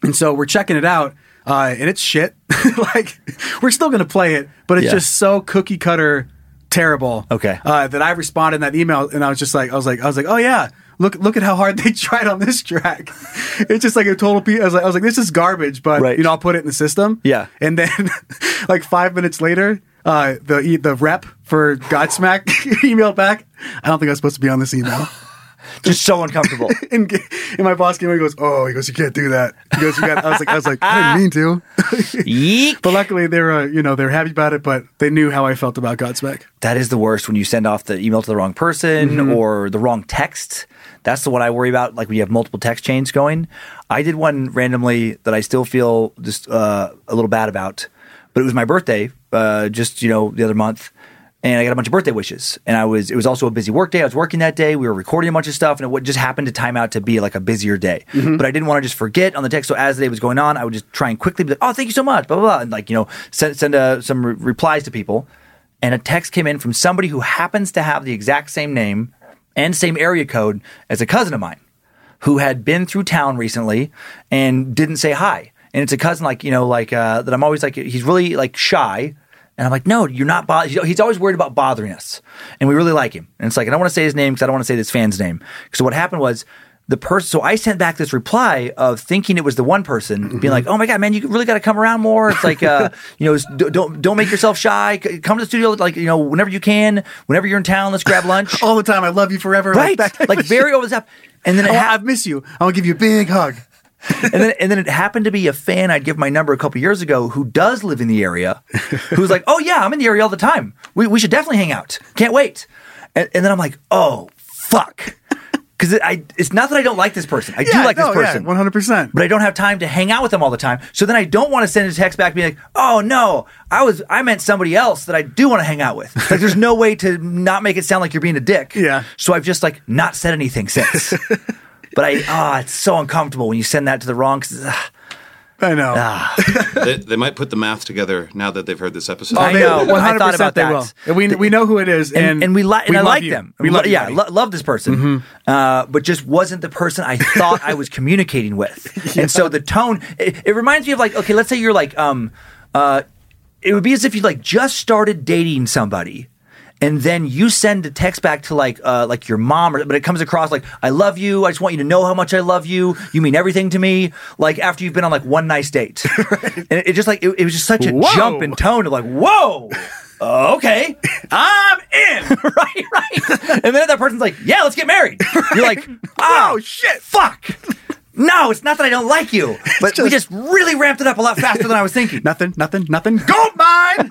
And so we're checking it out, uh, and it's shit. like, we're still going to play it, but it's Yeah. just so cookie cutter terrible. Okay. Uh, that I responded in that email, and I was just like, I was like, I was like, oh yeah. Look! Look at how hard they tried on this track. It's just like a total. Pe- I was like, I was like, this is garbage, but Right. you know, I'll put it in the system. Yeah. And then, like five minutes later, uh, the the rep for Godsmack emailed back. I don't think I was supposed to be on this email. Just so uncomfortable. And, g- and my boss came in and goes, "Oh, he goes, you can't do that." He goes, "You got." I was like, "I was like, I didn't mean to." Yeek. but luckily, they were, uh, you know, they were happy about it. But they knew how I felt about Godsmack. That is the worst when you send off the email to the wrong person or the wrong text. That's the one I worry about. Like when you have multiple text chains going. I did one randomly that I still feel just uh, a little bad about, but it was my birthday, uh, just you know the other month, and I got a bunch of birthday wishes. And I was it was also a busy work day. I was working that day. We were recording a bunch of stuff, and it would- just happened to time out to be like a busier day. But I didn't want to just forget on the text. So as the day was going on, I would just try and quickly be like, "Oh, thank you so much," blah blah, blah and like you know send send uh, some re- replies to people and a text came in from somebody who happens to have the exact same name and same area code as a cousin of mine who had been through town recently and didn't say hi. And it's a cousin like, you know, like uh, that I'm always like, he's really like shy. And I'm like, no, you're not. Bo-. he's- He's always worried about bothering us. And we really like him. And it's like, I don't want to say his name because I don't want to say this fan's name. So what happened was the person, so I sent back this reply of thinking it was the one person being like, oh my God, man, you really got to come around more. It's like, uh, you know, it's- d- don't, don't make yourself shy. C- Come to the studio, like, you know, whenever you can, whenever you're in town, let's grab lunch. All the time, I love you forever. right. Like, that- Oh, Like very over the top. And then it I, happened I miss you. I will give you a big hug. and then and then it happened to be a fan I'd give my number a couple years ago who does live in the area, who's like, "Oh yeah, I'm in the area all the time. We we should definitely hang out. Can't wait." And, and then I'm like, "Oh fuck," because it, I it's not that I don't like this person. I do like this person. one hundred percent. but I don't have time to hang out with them all the time. So then I don't want to send a text back being like, "Oh no, I was I meant somebody else that I do want to hang out with." Like there's no way to not make it sound like you're being a dick. Yeah. So I've just like not said anything since. but I ah, it's so uncomfortable when you send that to the wrong. 'cause, ah, I know. they, they might put the math together now that they've heard this episode. I know. I thought about they that. will. And we we know who it is, and, and and we, li- and I love like you. them. We Lo- love you, yeah, buddy. Mm-hmm. lo- love this person, uh, but just wasn't the person I thought I was communicating with. And so the tone, it, it reminds me of like, okay, let's say you're like, um, uh, it would be as if you like just started dating somebody. And then you send a text back to like uh, like your mom, or, but it comes across like I love you. I just want you to know how much I love you. You mean everything to me. Like after you've been on like one nice date, and it, it just like it, it was just such a Whoa. jump in tone of like whoa, uh, okay, I'm in. right, right. And then that person's like, yeah, let's get married. You're like, oh, shit, fuck. No, it's not that I don't like you, but we just- just really ramped it up a lot faster than I was thinking. nothing, nothing, nothing. Gold mine.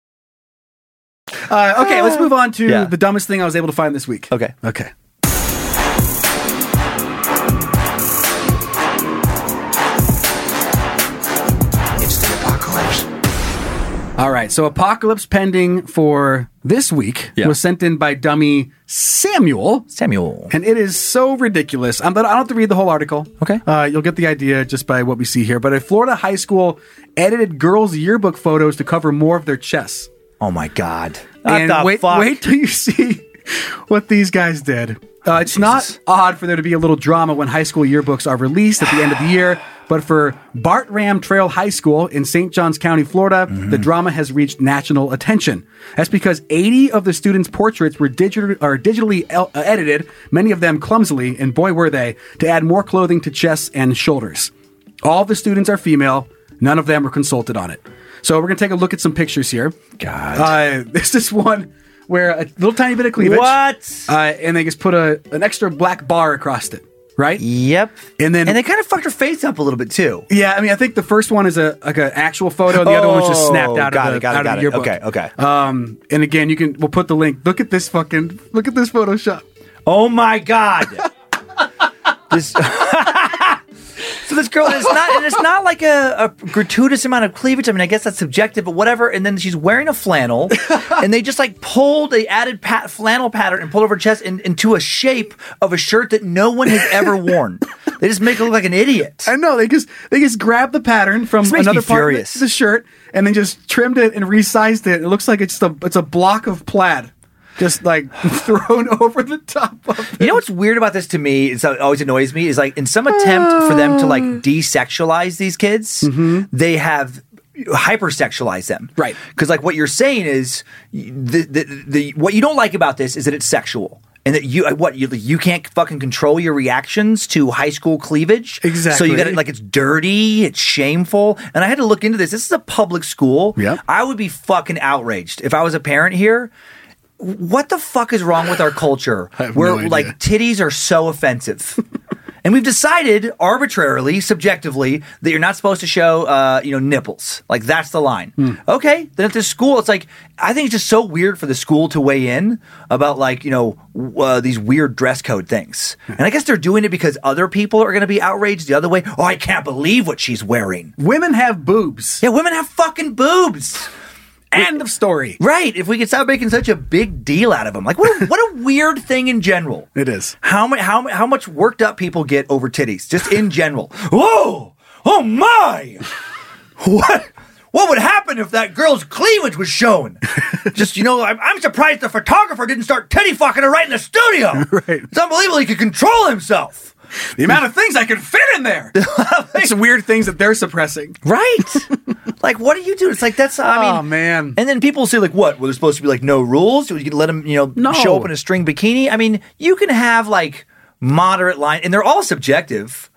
Uh, okay, let's move on to Yeah. the dumbest thing I was able to find this week. Okay. Okay. It's the apocalypse. All right. So, Apocalypse Pending for this week Yeah. was sent in by dummy Samuel. Samuel. And it is so ridiculous. I'm, but I don't have to read the whole article. Okay. Uh, you'll get the idea just by what we see here. But a Florida high school edited girls' yearbook photos to cover more of their chests. Oh my God. and wait, wait till you see what these guys did. Uh, it's not odd for there to be a little drama when high school yearbooks are released at the end of the year, but for Bart Ram Trail High School in St. Johns County, Florida, the drama has reached national attention. That's because 80 of the students' portraits were digi- are digitally el- uh, edited, many of them clumsily, and boy were they, to add more clothing to chests and shoulders. All the students are female. None of them were consulted on it. So we're gonna take a look at some pictures here. God, uh, this is one where a little tiny bit of cleavage. What? Uh, and they just put a an extra black bar across it, right? Yep. And then, And they kind of fucked her face up a little bit too. yeah, I mean, I think the first one is a like an actual photo, and the other one was just snapped Oh, out got of the, it, got it, out of got the it. yearbook. Okay, okay. Um, and again, you can we'll put the link. Look at this fucking look at this Photoshop. Oh my god. this So this girl it's not and it's not like a, a gratuitous amount of cleavage. I mean, I guess that's subjective, but whatever. And then she's wearing a flannel, and they just like pulled, they added pat, flannel pattern and pulled over her chest in, into a shape of a shirt that no one has ever worn. They just make her look like an idiot. I know they just they just grabbed the pattern from This makes another me part furious. of the shirt and then just trimmed it and resized it. It looks like it's the it's a block of plaid, just like thrown over the top of. You know what's weird about this to me is that it always annoys me is like in some attempt for them to like Oh. desexualize these kids, they have hypersexualized them. Mm-hmm. Right. Because like what you're saying is the, the the what you don't like about this is that it's sexual. And that you uh, what you you can't fucking control your reactions to high school cleavage. So Exactly. you got to like it's dirty, it's shameful. And I had to look into this. This is a public school. Yep. I would be fucking outraged if I was a parent here. What the fuck is wrong with our culture? have where no idea. like titties are so offensive. and we've decided arbitrarily, subjectively, that you're not supposed to show, uh, you know, nipples. Like that's the line. Hmm. Okay, then at the school, it's like I think it's just so weird for the school to weigh in about like you know w- uh, these weird dress code things. Hmm. And I guess they're doing it because other people are going to be outraged the other way. Oh, I can't believe what she's wearing. Women have boobs. Yeah, women have fucking boobs. End of story. Right. If we could stop making such a big deal out of them, like what? A, what a weird thing in general. It is. How much? How mu- how much worked up people get over titties, just in general? Whoa! Oh my! What? What would happen if that girl's cleavage was shown? Just you know, I'm, I'm surprised the photographer didn't start titty fucking her right in the studio. Right. It's unbelievable he could control himself. The amount of things I can fit in there. It's weird things that they're suppressing. Right. like, what do you do? It's like, that's, I mean. Oh, man. And then people say, like, what? Well, there's supposed to be, like, no rules. You can let them, you know, No. show up in a string bikini. I mean, you can have, like, moderate line, and they're all subjective.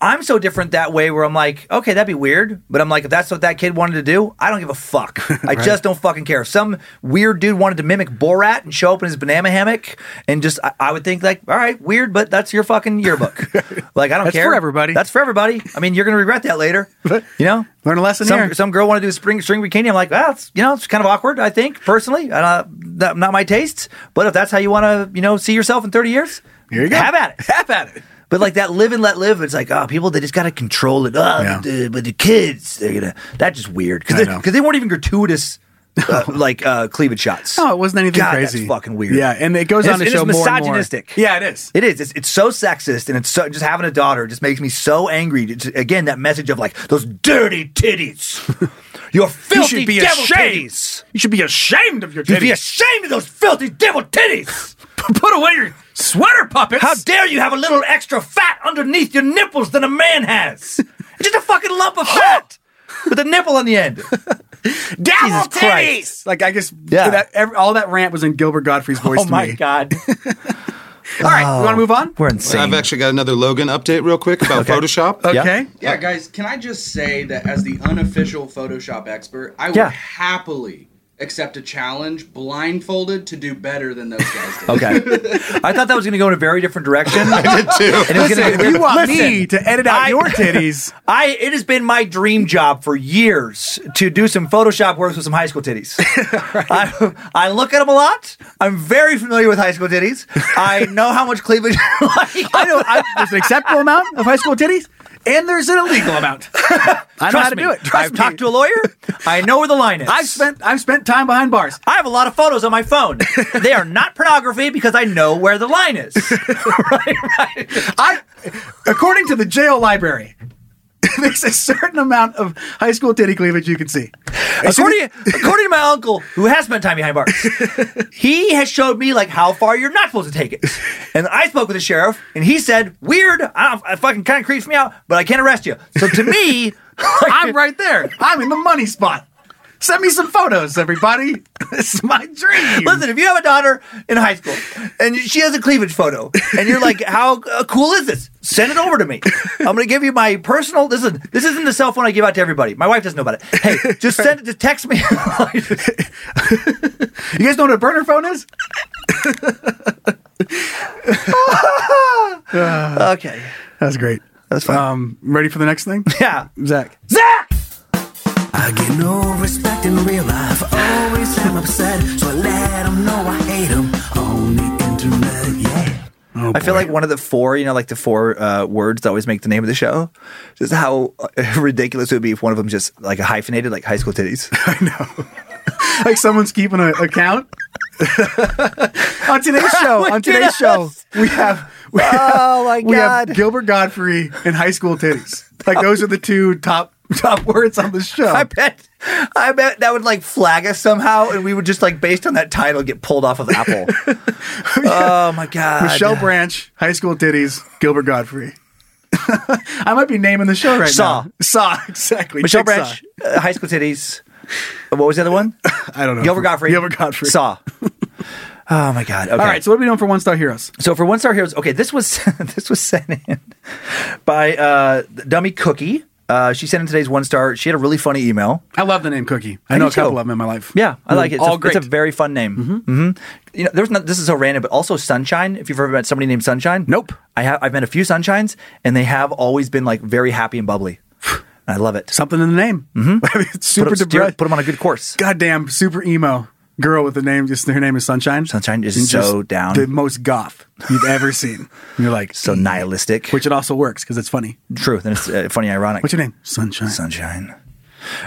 I'm so different that way where I'm like, okay, that'd be weird. But I'm like, if that's what that kid wanted to do, I don't give a fuck. I just don't fucking care. If some weird dude wanted to mimic Borat and show up in his banana hammock and just, I, I would think, like, all right, weird, but that's your fucking yearbook. like, I don't That's care. for everybody. That's for everybody. I mean, you're going to regret that later. You know? Learn a lesson some, here. Some girl wanted to do a spring string bikini. I'm like, well, it's, you know, it's kind of awkward. I think personally, uh, not, not my taste. But if that's how you want to, you know, see yourself in 30 years, Here you go. Have at it. Have at it. But like that live and let live, it's like, oh, people, they just got to control it. Oh, Yeah. but, the, but the kids, they're going to, that's just weird. I Because know. they, weren't even gratuitous, uh, like uh, cleavage shots. No, it wasn't anything God, crazy. That's fucking weird. Yeah, and it goes And on to it's- show and it's more and more. misogynistic. Yeah, it is. It is. It's, it's so sexist, and it's so just having a daughter just makes me so angry. It's, again, that message of like those dirty titties, your filthy devil titties. You should be ashamed of your You'd be ashamed of those filthy devil titties. Put away your sweater puppets. How dare you have a little extra fat underneath your nipples than a man has? It's just a fucking lump of fat with a nipple on the end. Devil Jesus Christ. Like oh I just Yeah. that, every, all that rant was in Gilbert Godfrey's voice oh to my me. god. All right, you want to move on? We're I've actually got another Logan update real quick about Photoshop. Uh, Yeah, guys, can I just say that as the unofficial Photoshop expert, I Yeah. would happily accept a challenge blindfolded to do better than those guys did. Okay. I thought that was going to go in a very different direction. I did too. And it was Listen, gonna, if you want me to edit out your titties. I it has been my dream job for years to do some Photoshop works with some high school titties. I, I look at them a lot. I'm very familiar with high school titties. I know how much cleavage. I know Oh, I, there's an acceptable amount of high school titties, and there's an illegal amount. I know Trust how to me. do it. Trust I've talked to a lawyer. I know where the line is. I've spent I've spent time behind bars. I have a lot of photos on my phone. they are not pornography because I know where the line is. According to the jail library, there's a certain amount of high school titty cleavage you can see. As soon According, according to my uncle, who has spent time behind bars, he has showed me like how far you're not supposed to take it. And I spoke with the sheriff, and he said, "Weird, I, don't, I fucking kind of creeps me out, but I can't arrest you." So to me, I'm right there. I'm in the money spot. Send me some photos, everybody. This is my dream. Listen, if you have a daughter in high school and she has a cleavage photo, and you're like, "How uh, cool is this?" Send it over to me. I'm gonna give you my personal. This is this isn't the cell phone I give out to everybody. My wife doesn't know about it. Hey, just send it. Just text me. you guys know what a burner phone is? okay. That's great. That's fine. Um, ready for the next thing? Yeah. Zach. I get no respect in real life. Oh. I always am upset, so I let 'em know I hate 'em on the internet. Yeah. I feel like one of the four, you know, like the four uh, words that always make the name of the show, just how uh, ridiculous it would be if one of them just like hyphenated, like high school titties. like someone's keeping an account. on today's show, on today's show, we have we Oh, have, my we have God. Gilbert Godfrey and high school titties. Like those are the two top top words on the show. I bet, I bet that would like flag us somehow, and we would just like based on that title get pulled off of Apple. Oh my god, Michelle Branch, high school titties, Gilbert Godfrey. I might be naming the show right Saw. now. Saw, exactly. Michelle Chick Branch, uh, high school titties. Uh, What was the other one? I don't know. Gilbert Godfrey. Gilbert Godfrey. Saw. Oh my god. Okay. All right, so what are we doing for one star heroes? So for one star heroes, okay, this was this was sent in by uh, Dummy Cookie. Uh, she sent in today's one star. She had a really funny email. I love the name Cookie. I, I know do a couple too. of them in my life. Yeah, I They're like it. It's, All a, great. it's a very fun name. Mm-hmm. You know, there's not. This is so random, but also Sunshine. If you've ever met somebody named Sunshine, nope. I have. I've met a few Sunshines, and they have always been like very happy and bubbly. And I love it. Something in the name. Mm-hmm. super put 'em- steer- depressed. Put them on a good course. goddamn super emo girl with the name just her name is Sunshine. Sunshine is so down. The most goth you've ever seen. And you're like so nihilistic, which it also works because it's funny. True. Then it's uh, funny, ironic. What's your name? Sunshine. Sunshine.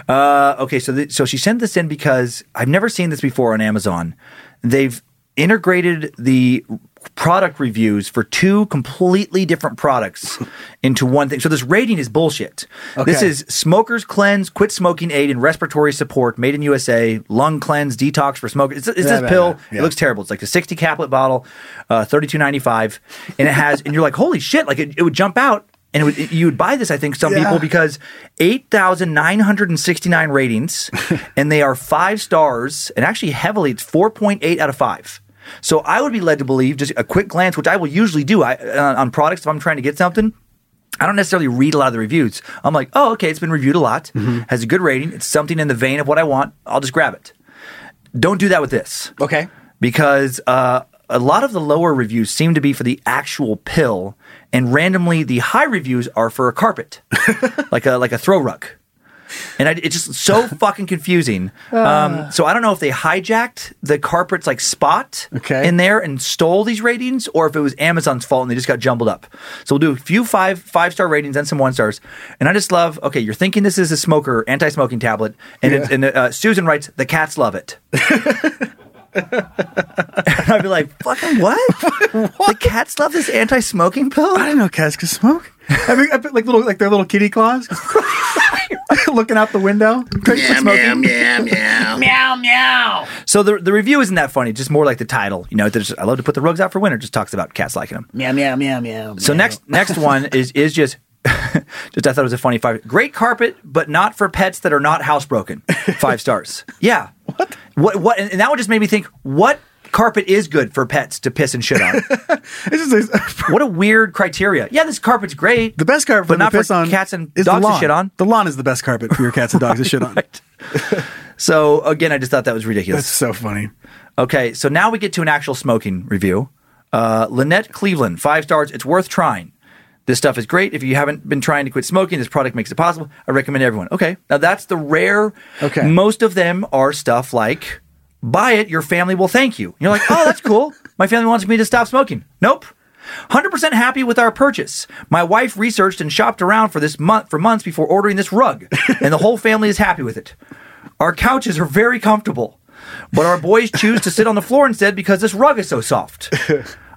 Uh, okay, so th- so she sent this in because I've never seen this before on Amazon. They've integrated the product reviews for two completely different products into one thing. So this rating is bullshit. This Okay. is Smokers Cleanse, Quit Smoking Aid, and Respiratory Support, made in USA, Lung Cleanse, Detox for Smokers. It's, it's Yeah, this yeah, pill. yeah. It looks terrible. It's like a 60 caplet bottle, uh, 32.95, and it has. and you're like, holy shit! Like it, it would jump out. And it would, you would buy this, I think, some Yeah. people because 8,969 ratings and they are five stars and actually heavily, it's 4.8 out of five. So I would be led to believe just a quick glance, which I will usually do I, uh, on products if I'm trying to get something. I don't necessarily read a lot of the reviews. I'm like, oh, okay, it's been reviewed a lot, has a good rating, it's something in the vein of what I want. I'll just grab it. Don't do that with this. Okay. Because uh, a lot of the lower reviews seem to be for the actual pill, and randomly the high reviews are for a carpet, like a like a throw rug. And I, it's just so fucking confusing. Um, so I don't know if they hijacked the carpet's like spot in there and stole these ratings, or if it was Amazon's fault and they just got jumbled up. So we'll do a few five five star ratings and some one stars. And I just love. Okay, you're thinking this is a smoker anti smoking tablet, and, it, and uh, Susan writes the cats love it. and I'd be like, fucking what? The cats love this anti-smoking pill. I didn't know cats could smoke. I mean, I put like little like their little kitty claws looking out the window. Meow, meow, meow, meow. meow, meow. So the the review isn't that funny, just more like the title. You know, there's- I love to put the rugs out for winter. Just talks about cats liking them. Meow, meow, meow, meow. So next next one is is just just I thought it was a funny five. Great carpet, but not for pets that are not housebroken. Five stars. Yeah. What? What? What? And and that one just made me think. What carpet is good for pets to piss and shit on. what a weird criteria. Yeah, this carpet's great. The best carpet, but not to piss for on cats and is the dogs to lawn. shit on. The lawn is the best carpet for your cats and dogs to shit on. So again, I just thought that was ridiculous. That's so funny. Okay, so now we get to an actual smoking review. Uh, Lynette Cleveland, five stars. It's worth trying. This stuff is great. If you haven't been trying to quit smoking, this product makes it possible. I recommend everyone. Okay, now that's the rare. Okay, most of them are stuff like buy it, your family will thank you. And you're like, oh, that's cool. My family wants me to stop smoking. Nope. 100% happy with our purchase. My wife researched and shopped around for this month for months before ordering this rug, and the whole family is happy with it. Our couches are very comfortable, but our boys choose to sit on the floor instead because this rug is so soft.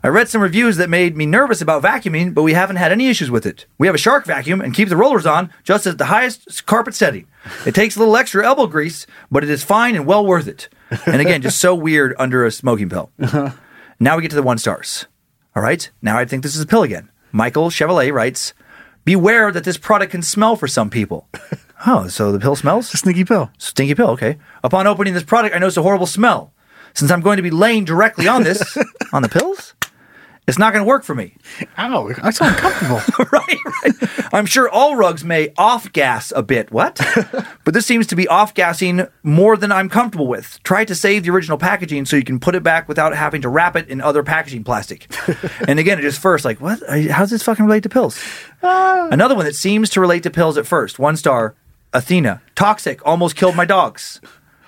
I read some reviews that made me nervous about vacuuming, but we haven't had any issues with it. We have a shark vacuum and keep the rollers on just at the highest carpet setting. It takes a little extra elbow grease, but it is fine and well worth it. And again, just so weird under a smoking pill. Now we get to the one stars. All right, now I think this is a pill again. Michael Chevalier writes, Beware that this product can smell for some people. oh, so the pill smells? stinky pill. Stinky pill, okay. Upon opening this product, I noticed a horrible smell. Since I'm going to be laying directly on this, on the pills, it's not going to work for me. Ow, I so uncomfortable. I'm sure all rugs may off gas a bit. What? but this seems to be off gassing more than I'm comfortable with. Try to save the original packaging so you can put it back without having to wrap it in other packaging plastic. and again, it just first, like, what? Are you- How does this fucking relate to pills? Another one that seems to relate to pills at first. One star, Athena. Toxic, almost killed my dogs.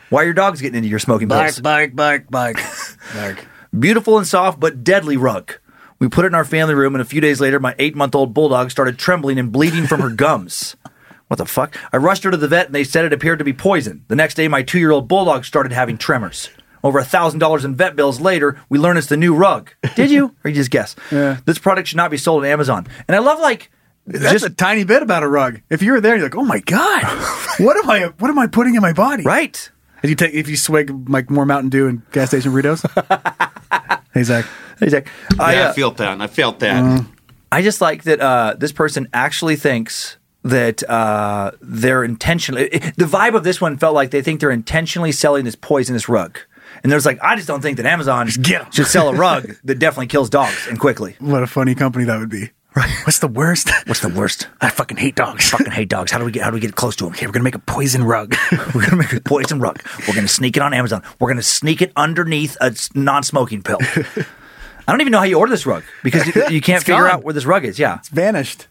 Why are your dogs getting into your smoking pills? bark, bark, bark, bark. Beautiful and soft, but deadly rug. We put it in our family room, and a few days later, my eight month old bulldog started trembling and bleeding from her gums. What the fuck? I rushed her to the vet, and they said it appeared to be poison. The next day, my two year old bulldog started having tremors. Over a $1,000 in vet bills later, we learn it's the new rug. Did you? or you just guess? This product should not be sold on Amazon. And I love, like, That's just a tiny bit about a rug. If you were there, you're like, oh my god, what am I? What am I putting in my body? Right. If you take, if you swig like more Mountain Dew and gas station burritos. hey Zach. Hey Zach. yeah, uh, I felt that. I felt that. Uh-huh. I just like that uh, this person actually thinks that uh, they're intentionally. it- the vibe of this one felt like they think they're intentionally selling this poisonous rug. And there's like, I just don't think that Amazon should sell a rug that definitely kills dogs and quickly. What a funny company that would be. Right. What's the worst? What's the worst? I fucking hate dogs. Fucking hate dogs. How do we get? How do we get close to them? Okay, we're gonna make a poison rug. We're gonna make a poison rug. We're gonna sneak it on Amazon. We're gonna sneak it underneath a s- non-smoking pill. I don't even know how you order this rug because you, you can't It's figure gone. out where this rug is. Yeah, Vanished.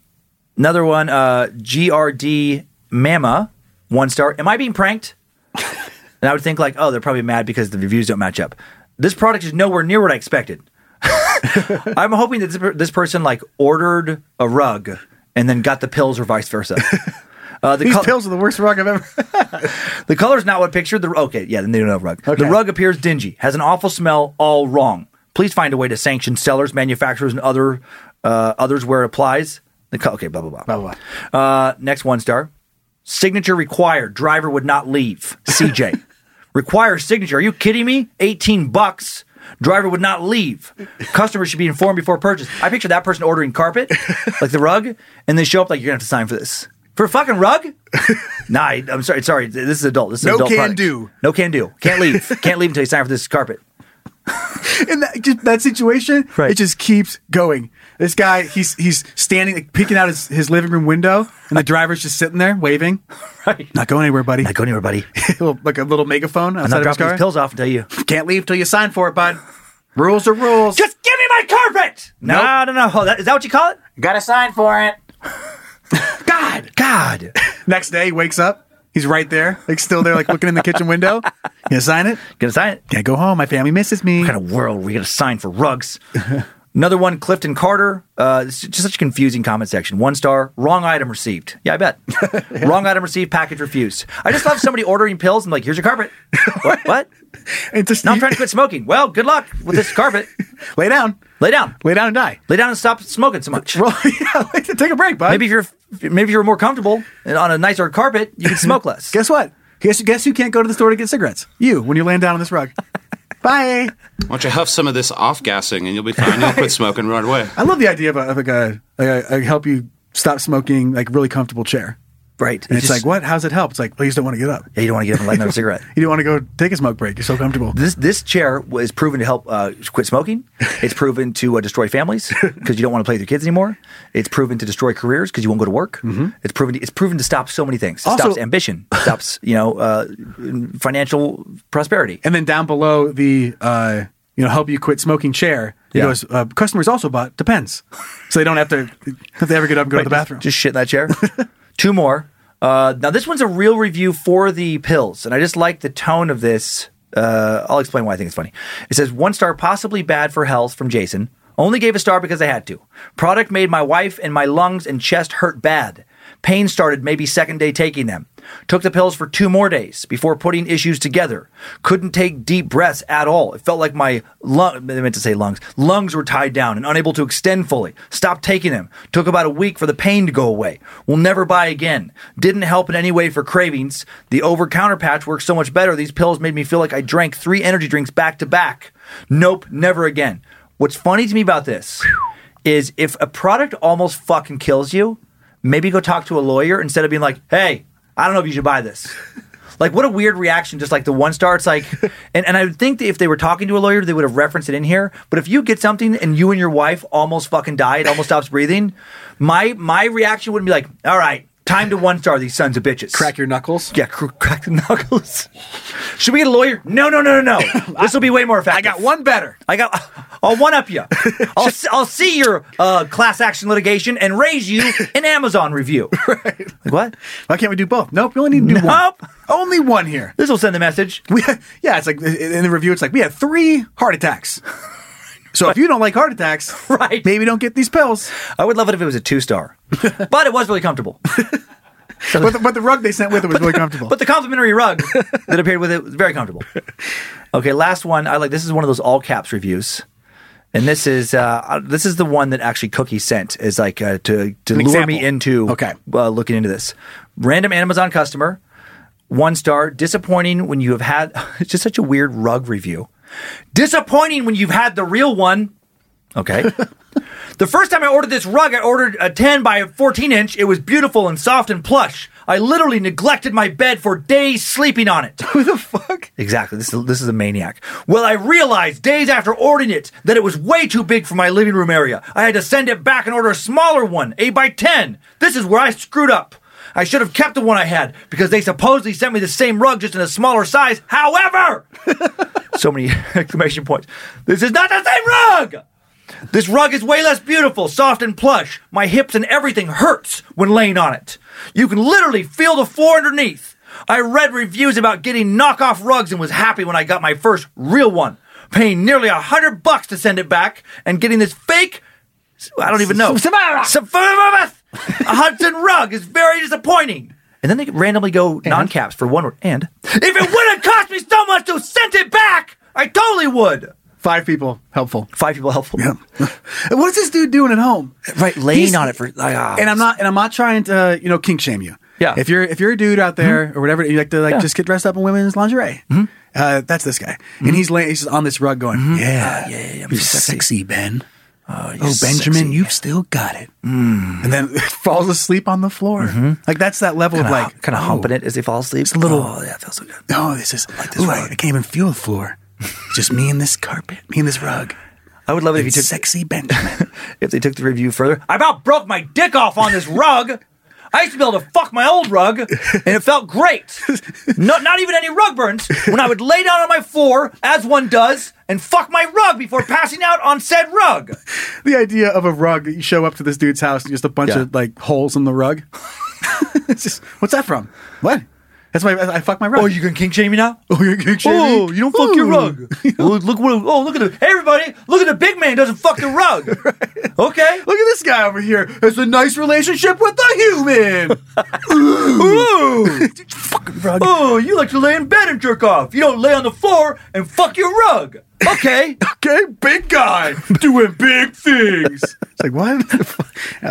Another one, uh, GRD Mama, one star. Am I being pranked? and I would think like, oh, they're probably mad because the reviews don't match up. This product is nowhere near what I expected. I'm hoping that this, per- this person like ordered a rug and then got the pills or vice versa. Uh, the These col- pills are the worst rug I've ever. the color's not what pictured. The okay, yeah, then they don't have a rug. The rug appears dingy, has an awful smell, all wrong. Please find a way to sanction sellers, manufacturers, and other uh, others where it applies. The co- okay, blah blah blah blah blah. Uh, next one star, signature required. Driver would not leave. CJ requires signature. Are you kidding me? Eighteen bucks. Driver would not leave. Customers should be informed before purchase. I picture that person ordering carpet, like the rug, and they show up like you're gonna have to sign for this. For a fucking rug? Nah, I- I'm sorry. Sorry, this is adult. This is No adult can product. do. No can do. Can't leave. Can't leave until you sign for this carpet. in that just, that situation, it just keeps going. This guy, he's he's standing, like, peeking out his, his living room window, and the driver's just sitting there waving. Right. Not going anywhere, buddy. Not going anywhere, buddy. like a little megaphone I'm outside not of his dropping car. these pills off until you. Can't leave till you sign for it, bud. Rules are rules. Just give me my carpet. No, no, no. Oh, that, is that what you call it? Got to sign for it. God. God. Next day, he wakes up. He's right there, like still there, like looking in the kitchen window. Gonna sign it. Gonna sign it. Can't go home. My family misses me. What kind of world we gonna sign for rugs? Another one, Clifton Carter. Uh, it's just such a confusing comment section. One star, wrong item received. Yeah, I bet. Wrong item received, package refused. I just love somebody ordering pills and like, here's your carpet. what? What? And just Now I'm trying to quit smoking. Well, good luck with this carpet. lay down, Lay down. lay down and die. Lay down and stop smoking so much. Roll, yeah, like, take a break, bud. Maybe if you're maybe if you're more comfortable and on a nicer carpet, you can smoke less. Guess what? Guess guess who can't go to the store to get cigarettes? You when you're laying down on this rug. Bye. Why don't you huff some of this off gassing and you'll be fine. You'll quit smoking right away. I love the idea of, a, of like a, like a, a help you stop smoking like really comfortable chair. Right. And it's like, what? How's it help? It's like, well, you just don't want to get up. Yeah, you don't want to get up and light another cigarette. You don't want to go take a smoke break. You're so comfortable. This this chair was proven to help uh, quit smoking. It's proven to uh, destroy families because you don't want to play with your kids anymore. It's proven to destroy careers because you won't go to work. It's proven to, it's proven to stop so many things. It Also- stops ambition. It stops you know uh, financial prosperity. And then down below the uh, you know help you quit smoking chair, it Yeah. goes uh, customers also bought depends, so they don't have to if they ever get up and go to the bathroom. Just shit in that chair. Two more. Uh, now this one's a real review for the pills, and I just like the tone of this. Uh, I'll explain why I think it's funny. It says one star, possibly bad for health, from Jason. Only gave a star because I had to. Product made my wife and my lungs and chest hurt bad. Pain started maybe second day taking them. Took the pills for two more days before putting issues together. Couldn't take deep breaths at all. It felt like my lung, they meant to say lungs, lungs were tied down and unable to extend fully. Stopped taking them. Took about a week for the pain to go away. Will never buy again. Didn't help in any way for cravings. The over counter patch works so much better. These pills made me feel like I drank three energy drinks back to back. Nope, never again. What's funny to me about this is if a product almost fucking kills you, maybe go talk to a lawyer instead of being like, hey, I don't know if you should buy this. Like what a weird reaction, just like the one star. It's like, and, and I would think that if they were talking to a lawyer, they would have referenced it in here. But if you get something and you and your wife almost fucking die, it almost stops breathing. My my reaction would be like, all right, time to one star these sons of bitches. Crack your knuckles. Yeah, cr- crack the knuckles. Should we get a lawyer? No, no, no, no, no. This will be way more effective. I got one better. I got. I'll one up you. I'll s- I'll see your uh, class action litigation and raise you an Amazon review. Like what? Why can't we do both? Nope, we only need to do one. Nope. Only one here. This will send a message. We, yeah, it's like in the review, it's like we had three heart attacks. So if you don't like heart attacks, right? Maybe don't get these pills. I would love it if it was a two star, but it was really comfortable. but, the, but the rug they sent with it was really comfortable. But the complimentary rug that appeared with it was very comfortable. Okay, last one. I like this is one of those all caps reviews. And this is uh, this is the one that actually Cookie sent is like uh, to to An lure example. me into Okay. uh, looking into this. Random Amazon customer, one star. Disappointing when you have had it's just such a weird rug review. Disappointing when you've had the real one. Okay. the first time I ordered this rug, I ordered a 10 by a 14 inch. It was beautiful and soft and plush. I literally neglected my bed for days sleeping on it. Who the fuck? Exactly. This is, this is a maniac. Well, I realized days after ordering it that it was way too big for my living room area. I had to send it back and order a smaller one, 8 by 10. This is where I screwed up. I should have kept the one I had because they supposedly sent me the same rug just in a smaller size. However, so many exclamation points. This is not the same rug! This rug is way less beautiful, soft and plush. My hips and everything hurts when laying on it. You can literally feel the floor underneath. I read reviews about getting knockoff rugs and was happy when I got my first real one, paying nearly a hundred bucks to send it back and getting this fake. I don't even know. Samara. A Hudson rug is very disappointing. And then they randomly go non caps for one word. And if it would have cost me so much to send it back, I totally would. Five people helpful. Five people helpful. Yeah. what is this dude doing at home? Right, laying He's- on it for like, ah, and I'm not and I'm not trying to uh, you know kink shame you. Yeah. Mm-hmm. If you're if you're a dude out there or whatever, you like to like Yeah. Mm-hmm. just get dressed up in women's lingerie. Uh, that's this guy, and he's laying he's just on this rug going, yeah, Ah, yeah, yeah, you're sexy, Ben. Oh, Benjamin, you've still got it. Mm. And then falls asleep on the floor. Like that's that level Mm-hmm. Kinda- of like kinda humping it as he falls asleep. It's a little. Oh, yeah, it feels so good. Oh, this is ooh, I, I can't even feel the floor. It's just me and this carpet, me and this rug. I would love it if you And took sexy Benjamin. if they took the review further. I about broke my dick off on this rug. I used to be able to fuck my old rug, and it felt great. No, not even any rug burns. When I would lay down on my floor, as one does, and fuck my rug before passing out on said rug. the idea of a rug that you show up to this dude's house and just a bunch Yeah. of like holes in the rug. it's just what's that from? What? That's why I, I fuck my rug. Oh, you can king shame me now? Oh, you're gonna shave me? Oh, you don't fuck your Ooh. rug. oh, look what! Oh, look at the. Hey, everybody! Look at the big man doesn't fuck the rug. Okay. Look at this guy over here. It's a nice relationship with the human. Ooh. Fucking rug. Oh, you like to lay in bed and jerk off. You don't lay on the floor and fuck your rug. Okay. Okay, big guy doing big things. it's like what? Uh,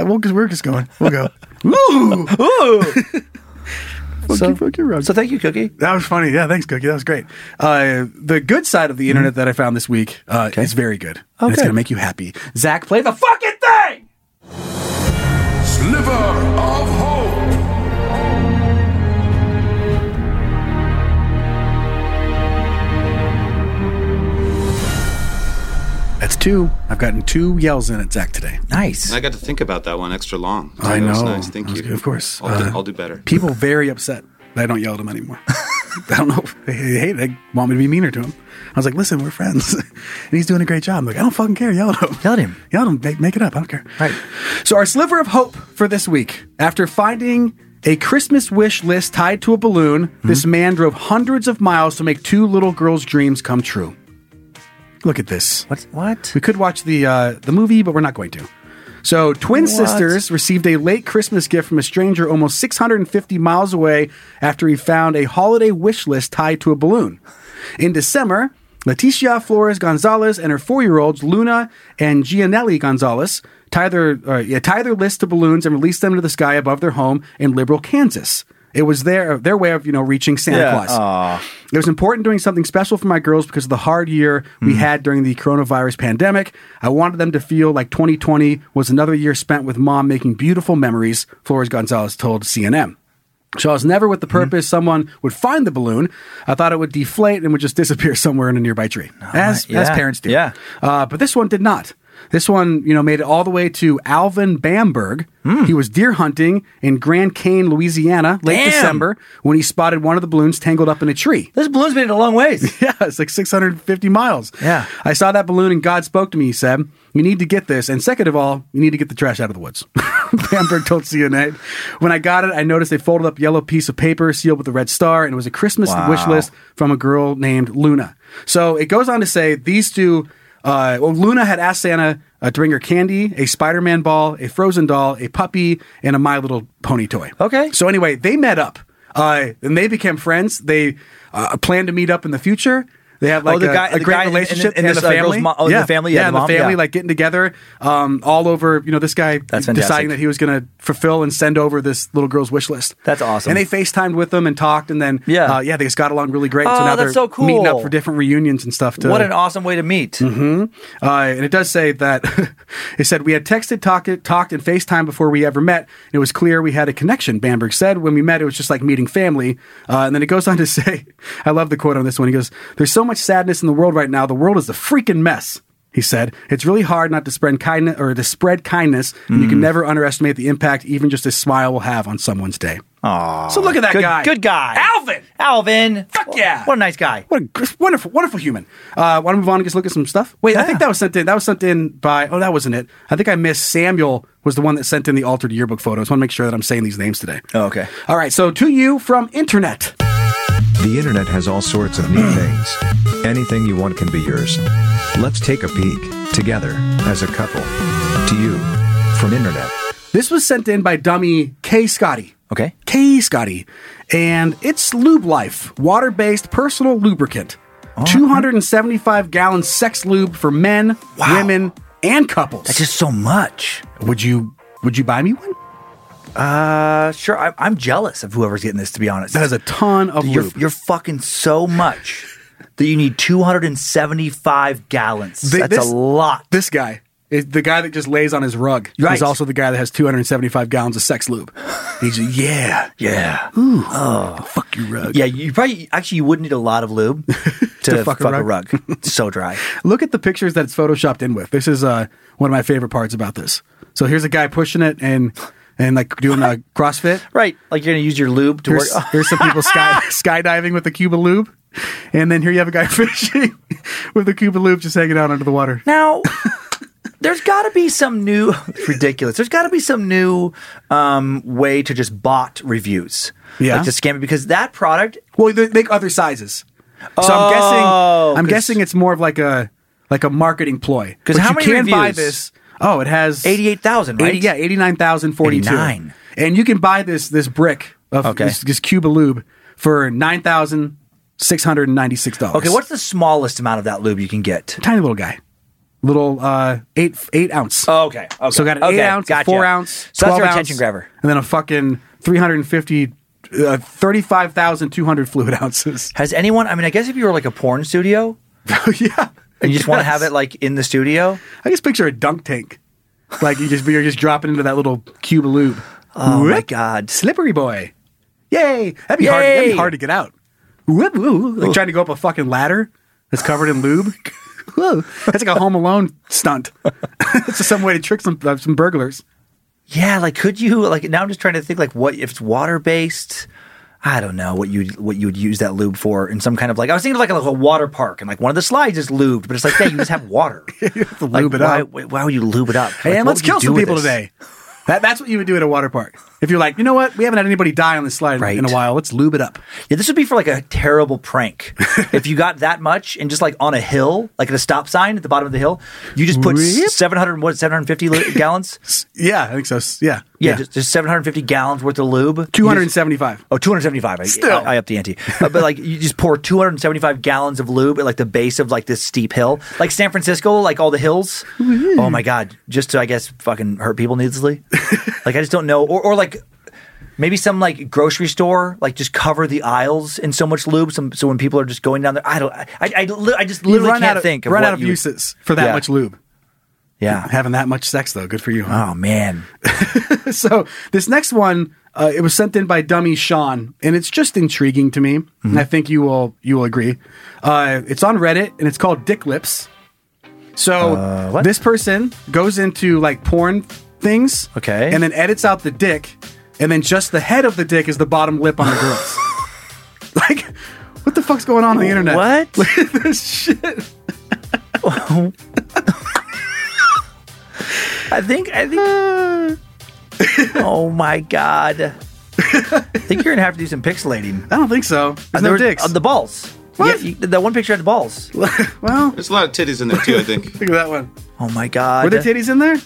well, because we're just going. We'll go. Ooh, Ooh. fuck, your, fuck your rug. So thank you, Cookie. That was funny. Yeah, thanks, Cookie. That was great. Uh, the good side of the internet Mm-hmm. that I found this week uh, is very good. And it's going Okay. to make you happy. Zach, play the fucking thing! Sliver of Hope. two. I've gotten two yells in at Zach today. Nice. And I got to think about that one extra long. So I that was know. nice. Thank That was you. good. Of course. I'll, Uh, do, I'll do better. People very upset that I don't yell at them anymore. I don't know. They hate. They want me to be meaner to him. I was like, listen, we're friends, and he's doing a great job. I'm like, I don't fucking care. Yell at him. Yell at him. Yell at him. Make, make it up. I don't care. Right. So our sliver of hope for this week, after finding a Christmas wish list tied to a balloon, this man drove hundreds of miles to make two little girls' dreams come true. Look at this. What? What? We could watch the uh, the movie, but we're not going to. So, twin What? sisters received a late Christmas gift from a stranger almost 650 miles away after he found a holiday wish list tied to a balloon. In December, Leticia Flores Gonzalez and her four-year-olds Luna and Gianelli Gonzalez tie their uh, yeah, tie their list to balloons and release them to the sky above their home in Liberal, Kansas. It was their their way of you know reaching Santa Yeah, Claus. It was important doing something special for my girls because of the hard year we Mm-hmm. had during the coronavirus pandemic. I wanted them to feel like 2020 was another year spent with mom making beautiful memories, Flores Gonzalez told CNN. So I was never with the Mm-hmm. purpose someone would find the balloon. I thought it would deflate and would just disappear somewhere in a nearby tree, as, as yeah, parents do. Yeah. Uh, but this one did not. This one, you know, made it all the way to Alvin Bamberg. Mm. He was deer hunting in Grand Cane, Louisiana, late Damn. December when he spotted one of the balloons tangled up in a tree. This balloon's been a long ways. yeah, it's like 650 miles. Yeah. I saw that balloon and God spoke to me. He said, You need to get this. And second of all, you need to get the trash out of the woods. Bamberg told CNN. When I got it, I noticed a folded up yellow piece of paper sealed with a red star, and it was a Christmas Wow. wish list from a girl named Luna. So it goes on to say these two. Uh, well, Luna had asked Santa uh, to bring her candy, a Spider Man ball, a Frozen doll, a puppy, and a My Little Pony toy. Okay. So anyway, they met up, uh, and they became friends. They uh, plan to meet up in the future. They have like Oh, the a, guy- a the guy great in- in- relationship in and this, the uh, girl's family. mo- oh, in the family, yeah, yeah, the and the mom, family, yeah. like getting together, um, all over. You know, this guy deciding fantastic. that he was going to fulfill and send over this little girl's wish list. That's awesome. And they FaceTimed with them and talked, and then Yeah. uh, yeah, they just got along really great. so Oh, now that's they're so cool. meeting up for different reunions and stuff. To, What an awesome way to meet. hmm Uh, and it does say that it said we had texted, talked, talked, and FaceTime before we ever met. And it was clear we had a connection. Bamberg said when we met, it was just like meeting family. Uh, and then it goes on to say, I love the quote on this one. He goes, "There's so much sadness in the world right now. The world is a freaking mess." He said, "It's really hard not to spread kindness or to spread kindness, and Mm. you can never underestimate the impact even just a smile will have on someone's day." Aww. So look at that good, guy. Good guy. Alvin. Alvin. Fuck yeah. What a nice guy. What a gr- wonderful, wonderful human. Uh, want to move on and just look at some stuff? Wait, I think that was sent in. That was sent in by. Oh, that wasn't it. I think I missed. Samuel was the one that sent in the altered yearbook photos. Want to make sure that I'm saying these names today. Oh, okay. All right. So to you from internet. The internet has all sorts of neat things. Anything you want can be yours. Let's take a peek, together, as a couple. To you, from internet. This was sent in by dummy K Scotty. Okay. K Scotty, and it's Lube Life, water-based personal lubricant, Oh, 275 gallon sex lube for men, women, and couples. That's just so much. Would you Would you buy me one? Uh, sure. I, I'm jealous of whoever's getting this. To be honest, That is a ton of you're, lube. You're fucking so much that you need 275 gallons. Th- That's this- a lot. This guy, is the guy that just lays on his rug, Right. is also the guy that has 275 gallons of sex lube. He's like, yeah, Yeah. Ooh. Oh. Fuck you, rug. Yeah, you probably actually you wouldn't need a lot of lube to, fuck, a rug. It's so dry. Look at the pictures that it's photoshopped in with. This is uh, one of my favorite parts about this. So here's a guy pushing it and and like doing a CrossFit. Right. Like you're gonna use your lube to Here's, work. here's some people sky, skydiving with a Cuba lube. And then here you have a guy fishing with a Cuba lube just hanging out under the water. Now, there's got to be some new it's ridiculous. There's got to be some new um, way to just bot reviews. Yeah. like to scam it because that product. Well, they make other sizes. So I'm Oh, guessing I'm 'cause- guessing it's more of like a like a marketing ploy. 'Cause But how you many can buy reviews? this? Oh, it has eighty-eight thousand, right? Eighty- yeah, eighty nine thousand forty two. 89. And you can buy this this brick of Okay. this, this Cuba lube for nine thousand six hundred and ninety six dollars. Okay, what's the smallest amount of that lube you can get? tiny little guy? Little uh eight eight ounce. Okay, Oh, okay, So got an eight okay, ounce, a gotcha. four ounce, So that's 12 your ounce, attention grabber. and then a fucking three hundred and fifty. Uh, 35,200 fluid ounces. Has anyone? I mean, I guess if you were like a porn studio, yeah, and you just want to Yes. have it like in the studio. I just picture a dunk tank. Like you just you're just dropping into that little cube lube. Oh my Whoop. god, slippery boy! Yay! That'd be hard. That'd be Yay. hard to get out. Whoop, whoop. Like trying to go up a fucking ladder that's covered in lube. Whoa. That's like a Home Alone stunt. it's just some way to trick some uh, some burglars. Yeah, like could you like now I'm just trying to think like what if it's water based? I don't know what you what you would use that lube for in some kind of like I was thinking of like a, like a water park and like one of the slides is lubed, but it's like yeah, you just have water. Like, lube it why, up. Why, why would you lube it up? Hey, Like, and what let's would you kill do some with people this? today. That, that's what you would do at a water park. If you're like, you know what, we haven't had anybody die on this slide in- in a while. Let's lube it up. Yeah, this would be for like a terrible prank. if you got that much and just like on a hill, like at a stop sign at the bottom of the hill, you just put Whip. 700 what 750 li- gallons? Yeah, I think so. S- Yeah. Yeah, Just, just 750 gallons worth of lube. 275. Oh, 275. I, Still. I, I upped the ante. Uh, but like you just pour 275 gallons of lube at like the base of like this steep hill. Like San Francisco, like all the hills. Oh my god, just to I guess fucking hurt people needlessly. like I just don't know or or like Maybe some like grocery store, like just cover the aisles in so much lube, some, so when people are just going down there, I don't, I, I, I li- I just You literally run can't out of, think of run what out of you would- uses for that Yeah. much lube. Yeah, having that much sex though, good for you. Oh man. so this next one, uh, it was sent in by Dummy Sean, and it's just intriguing to me. And I Mm-hmm. think you will you will agree. Uh, it's on Reddit, and it's called Dick Lips. So Uh, this person goes into like porn things, okay, and then edits out the dick, and then just the head of the dick is the bottom lip on the girls. like, what the fuck's going on on the internet? What? Look at this shit. I think I think. oh my god! I think you're gonna have to do some pixelating. I don't think so. There's no dicks. Uh, the balls. Yeah, you, that one picture had the balls. well, There's a lot of titties in there too. I think. Look at that one. Oh my god! Were the titties in there?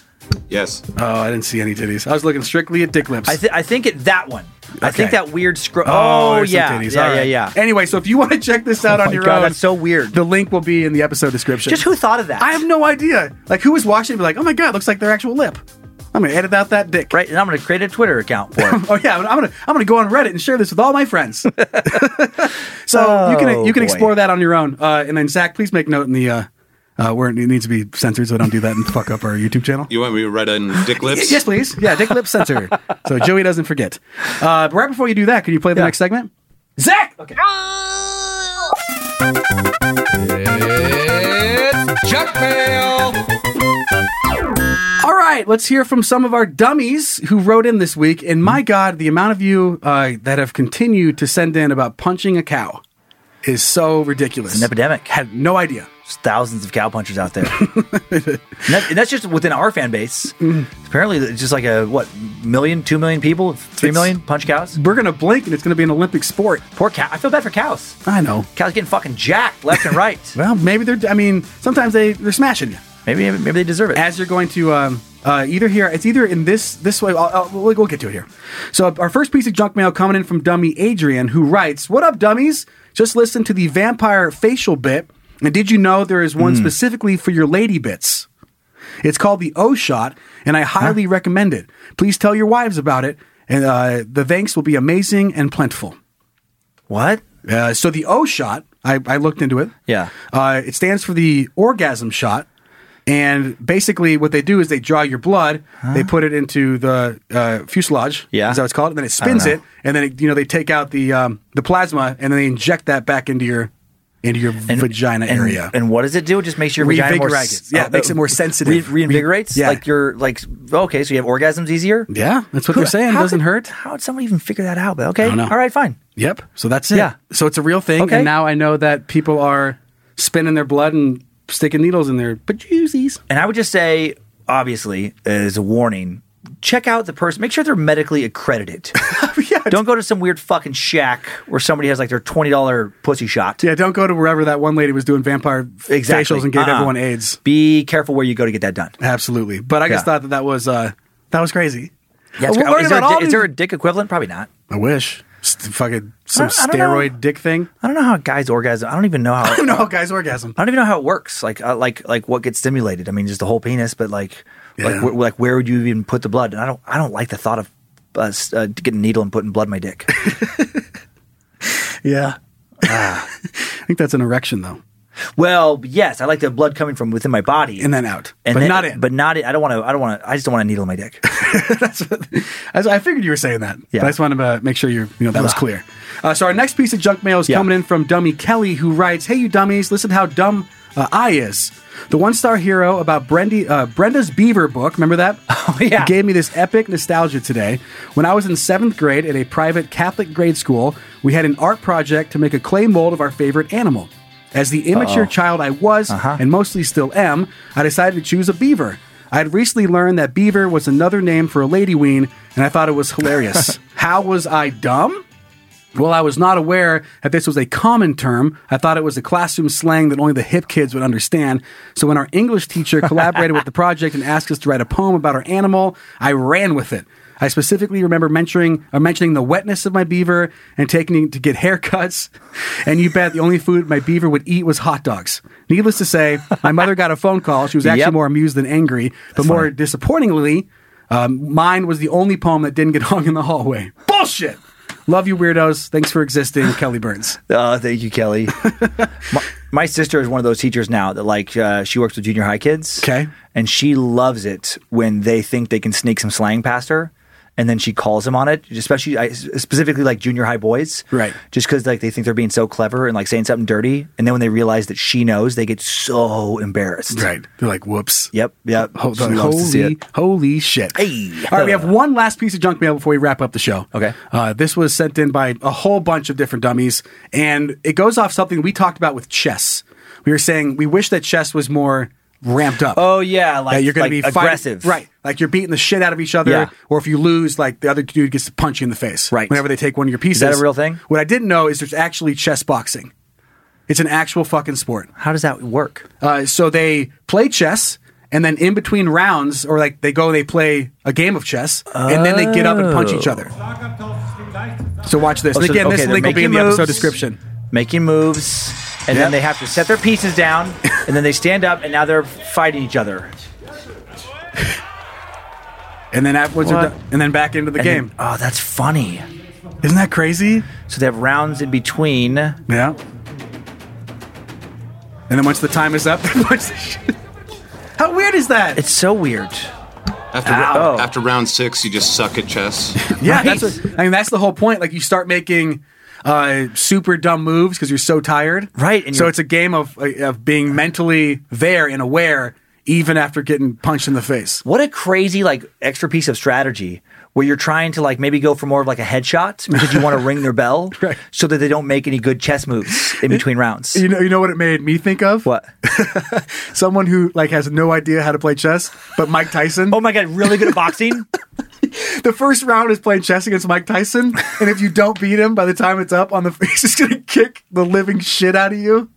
Yes. Oh, I didn't see any titties. I was looking strictly at dick lips. I, th- I think it that one. I think Okay. that weird scroll. Oh, there's some yeah, titties. yeah, All right. yeah, yeah. Anyway, so if you want to check this out Oh on my your God, own, that's so weird. The link will be in the episode description. Just who thought of that? I have no idea. Like who was watching? and Be like, oh my god, looks like their actual lip. I'm gonna edit out that dick. Right, and I'm gonna create a Twitter account for it. oh yeah, I'm gonna I'm gonna go on Reddit and share this with all my friends. so you can Oh, you can boy. explore that on your own. Uh, and then Zach, please make note in the uh, uh, where it needs to be censored, so don't do that and fuck up our YouTube channel. You want me to write in dick Y- lips? Yes, please. Yeah, dick lips censored. so Joey doesn't forget. Uh, but right before you do that, can you play the next segment? Zach. Okay. It's junk mail. All right, let's hear from some of our dummies who wrote in this week. And my God, the amount of you uh, that have continued to send in about punching a cow is so ridiculous. It's an epidemic. Had no idea. There's thousands of cow punchers out there. and, that- and that's just within our fan base. Mm. Apparently, it's just like a what million, two million people, three It's- million punch cows. We're gonna blink, and it's gonna be an Olympic sport. Poor cow. I feel bad for cows. I know. Cows getting fucking jacked left and right. Well, maybe they're. I mean, sometimes they they're smashing you. Maybe maybe they deserve it. As you're going to um, uh, either here, it's either in this this way. I'll, I'll, we'll, we'll get to it here. So our first piece of junk mail coming in from dummy Adrian, who writes, "What up, dummies? Just listen to the vampire facial bit, and did you know there is one specifically for your lady bits? It's called the O shot, and I highly recommend it. Please tell your wives about it, and uh, the thanks will be amazing and plentiful." What? Uh, so the O shot, I, I looked into it. Yeah. Uh, it stands for the orgasm shot. And basically, what they do is they draw your blood, they put it into the uh, fuselage, Yeah. is that what it's called, and then it I don't spins it, know. and then it, you know they take out the um, the plasma, and then they inject that back into your into your vagina and, area. And what does it do? It just makes your vagina more uh, Reinvigorates. Yeah, it makes it more sensitive. Re- reinvigorates. Re- yeah. Like you're like okay, so you have orgasms easier. yeah, that's what Who- they're saying. how Doesn't could- hurt. How did someone even figure that out? But okay, don't know. all right, fine. Yep. So that's it. Yeah. So it's a real thing, Okay. and now I know that people are spinning their blood and sticking needles in their pajoozies. And I would just say, obviously, as a warning, check out the person. Make sure they're medically accredited. Don't go to some weird fucking shack where somebody has like their twenty dollar pussy shot. Yeah, don't go to wherever that one lady was doing vampire Exactly. facials and gave Uh-uh. everyone AIDS. Be careful where you go to get that done. Absolutely. But I just Yeah. thought that that was uh, that was crazy. Yeah, it's We'll cra- learn is, there a about di- all is there a these- dick equivalent? Probably not. I wish. St- fucking some I don't know. steroid dick thing. I don't know how guys orgasm. I don't even know how. I don't know how guys orgasm. I don't even know how it works. Like, uh, like, like what gets stimulated? I mean, just the whole penis, but like, like, Yeah. wh- like, where would you even put the blood? And I don't, I don't like the thought of uh, s- uh, getting a needle and putting blood in my dick. Yeah. I think that's an erection though. well, yes, I like the blood coming from within my body, In then out. and but then- not in. but not in. I don't want to. I don't want to. I just don't want a needle in my dick. As I figured you were saying that. Yeah. But I just wanted to uh, make sure you you know that was Ugh. clear. Uh, so our next piece of junk mail is Yeah. coming in from Dummy Kelly, who writes, "Hey, you dummies! Listen, how dumb Uh, I is the one star hero about Brendy, uh, Brenda's Beaver book. Remember that? Oh, yeah. It gave me this epic nostalgia today. When I was in seventh grade at a private Catholic grade school, we had an art project to make a clay mold of our favorite animal. As the immature Uh-oh. child I was, and mostly still am, I decided to choose a beaver. I had recently learned that beaver was another name for a ladyween, and I thought it was hilarious. How was I dumb? Well, I was not aware that this was a common term. I thought it was a classroom slang that only the hip kids would understand. So when our English teacher collaborated with the project and asked us to write a poem about our animal, I ran with it. I specifically remember mentioning, uh, mentioning the wetness of my beaver and taking it to get haircuts. And you bet the only food my beaver would eat was hot dogs. Needless to say, my mother got a phone call. She was actually Yep. more amused than angry. But more disappointingly, um, mine was the only poem that didn't get hung in the hallway. Bullshit! Love you, weirdos. Thanks for existing, Kelly Burns. Oh, thank you, Kelly. my, my sister is one of those teachers now that like uh, she works with junior high kids. Okay, and she loves it when they think they can sneak some slang past her, and then she calls them on it. Especially, I, specifically like junior high boys, right? Just because like they think they're being so clever and like saying something dirty, and then when they realize that she knows, they get so embarrassed. Right? They're like, "Whoops." Yep. Yep. Hold She on. loves to see Holy, it. holy shit. All right, we have one last piece of junk mail before we wrap up the show. Okay. Uh, this was sent in by a whole bunch of different dummies, and it goes off something we talked about with chess. We were saying we wish that chess was more ramped up. Oh yeah, like that you're going like to be fighting- aggressive, right? Like you're beating the shit out of each other, Yeah. or if you lose, like the other dude gets to punch you in the face, right? Whenever they take one of your pieces, a real thing? What I didn't know is there's actually chess boxing. It's an actual fucking sport. How does that work? Uh, so they play chess, and then in between rounds, or like they go and they play a game of chess, and then they get up and punch each other. So watch this. Oh, and so- again, this okay, they're link will be in the making episode moves. description. making moves, and then they have to set their pieces down, and then they stand up, and now they're fighting each other. And then afterwards, they're What? done, and then back into the And game. then- oh, that's funny. Isn't that crazy? So they have rounds in between. Yeah. And then once the time is up, they punch the shit. How weird is that? It's so weird. After, Ow. after round six, you just suck at chess. Yeah, that's what, I mean that's the whole point. Like you start making uh, super dumb moves because you're so tired, right? and so you're- it's a game of uh, of being mentally there and aware, even after getting punched in the face. What a crazy like extra piece of strategy where you're trying to like maybe go for more of like a headshot because you want to ring their bell so that they don't make any good chess moves in between rounds. You know, you know what it made me think of? What? Someone who like has no idea how to play chess, but Mike Tyson. oh my god, really good at boxing. the first round is playing chess against Mike Tyson, and if you don't beat him by the time it's up on the, he's just gonna kick the living shit out of you.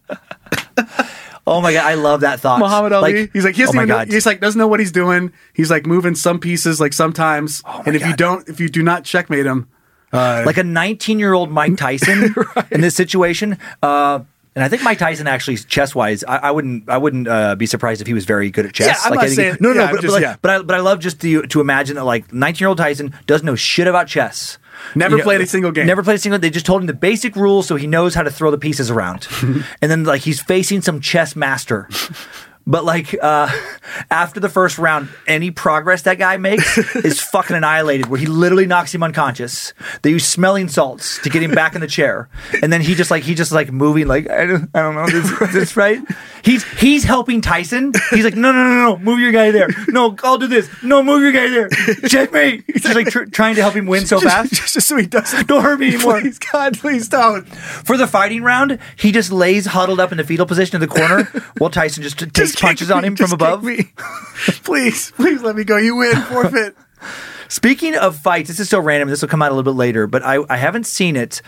Oh my god, I love that thought. Muhammad Ali. Like, he's like, he oh doesn't my even know, god, he's like doesn't know what he's doing. He's like moving some pieces like sometimes, and if you don't, if you do not checkmate him, uh, like a 19 year old Mike Tyson in this situation. Uh, and I think Mike Tyson actually chess wise, I, I wouldn't, I wouldn't uh, be surprised if he was very good at chess. Yeah, I'm like, not I think- saying- no, no, yeah, no, I'm but, just- but, like, yeah. but I, but I love just to to imagine that like 19 year old Tyson doesn't know shit about chess. Never played a single game. Never played a single. They just told him the basic rules, so he knows how to throw the pieces around. and then like he's facing some chess master. But like uh, after the first round, any progress that guy makes is fucking annihilated. Where he literally knocks him unconscious. They use smelling salts to get him back in the chair, and then he just like he just like moving like I don't, I don't know this, this right. He's he's helping Tyson. He's like no no no no move your guy there. No I'll do this. No move your guy there. Checkmate. He's like tr- trying to help him win so Just- fast. just, so he doesn't don't hurt me anymore. Please, God, please don't. For the fighting round, he just lays huddled up in the fetal position in the corner while Tyson just t- takes punches on him from above. please, please let me go. You win, forfeit. Speaking of fights, this is so random. This will come out a little bit later, but I, I haven't seen it.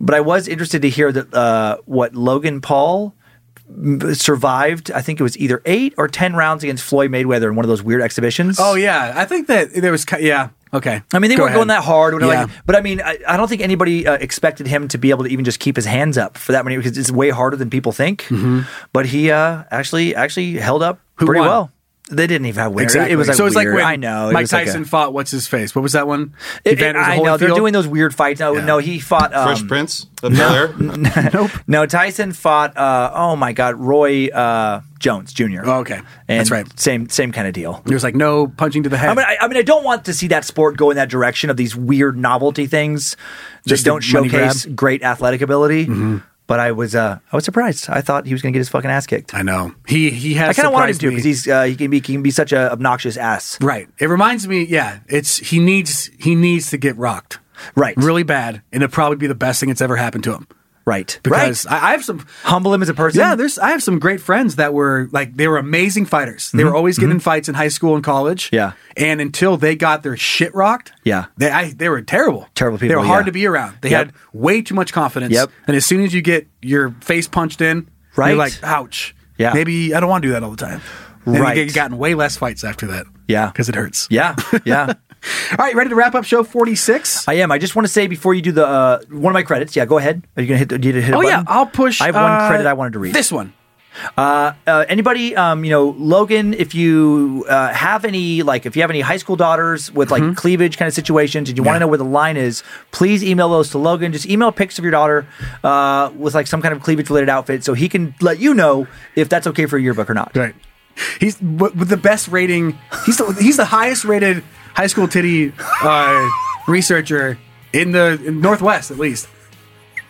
But I was interested to hear that uh, what Logan Paul m- survived. I think it was either eight or ten rounds against Floyd Mayweather in one of those weird exhibitions. Oh yeah, I think that there was ki- yeah. Okay, I mean, they Go weren't going ahead. that hard. Or whatever, like- Yeah. but I mean, I, I don't think anybody uh, expected him to be able to even just keep his hands up for that many because it's way harder than people think. But he uh, actually actually held up Mm-hmm. Who pretty won? well. They didn't even have winner. Exactly. It was like so it's like weird. when I know it Mike was like a- Tyson fought what's his face. What was that one? It- it- Evander I know they're Holyfield? doing those weird fights. No, no, he fought um, Fresh Prince? The No, player? nope. no, Tyson fought. Uh, oh my God, Roy uh, Jones Jr. Oh, okay, and that's right. Same same kind of deal. There's like no punching to the head. I mean, I, I mean, I don't want to see that sport go in that direction of these weird novelty things that Just a don't money grab. Mm-hmm. showcase great athletic ability. But I was uh, I was surprised. I thought he was going to get his fucking ass kicked. I know he he has. I kind of wanted him to surprised me. because he's uh, he can be he can be such a obnoxious ass. Right. It reminds me, yeah, it's he needs he needs to get rocked. Right. Really bad. And it'd probably be the best thing that's ever happened to him. Right. Because I, I have some humble him as a person. Yeah, there's I have some great friends that were like they were amazing fighters. They were always getting in fights in high school and college. Mm-hmm. Yeah. And until they got their shit rocked, Yeah. they I, they were terrible. Terrible They people, were hard yeah. to be around. They Yep. had way too much confidence. Yep. And as soon as you get your face punched in, Right. you're like, ouch. Yeah. Maybe I don't want to do that all the time. And Right. You get gotten way less fights after that. Yeah. Because it hurts. Yeah. Yeah. All right, ready to wrap up show 46? I am. I just want to say before you do the uh, one of my credits. Yeah, go ahead. Are you gonna hit? the- You gonna hit a Oh, yeah, button? I'll push, I have one uh, credit I wanted to read. This one. Uh, uh, anybody, um, you know, Logan, if you uh, have any, like, if you have any high school daughters with like Mm-hmm. cleavage kind of situations and you want to know where the line is, please email those to Logan. Just email pics of your daughter uh, with like some kind of cleavage related outfit so he can let you know if that's okay for a yearbook or not. Right. He's w- with the best rating. He's the, he's the highest rated high school titty uh, researcher in the in Northwest, at least.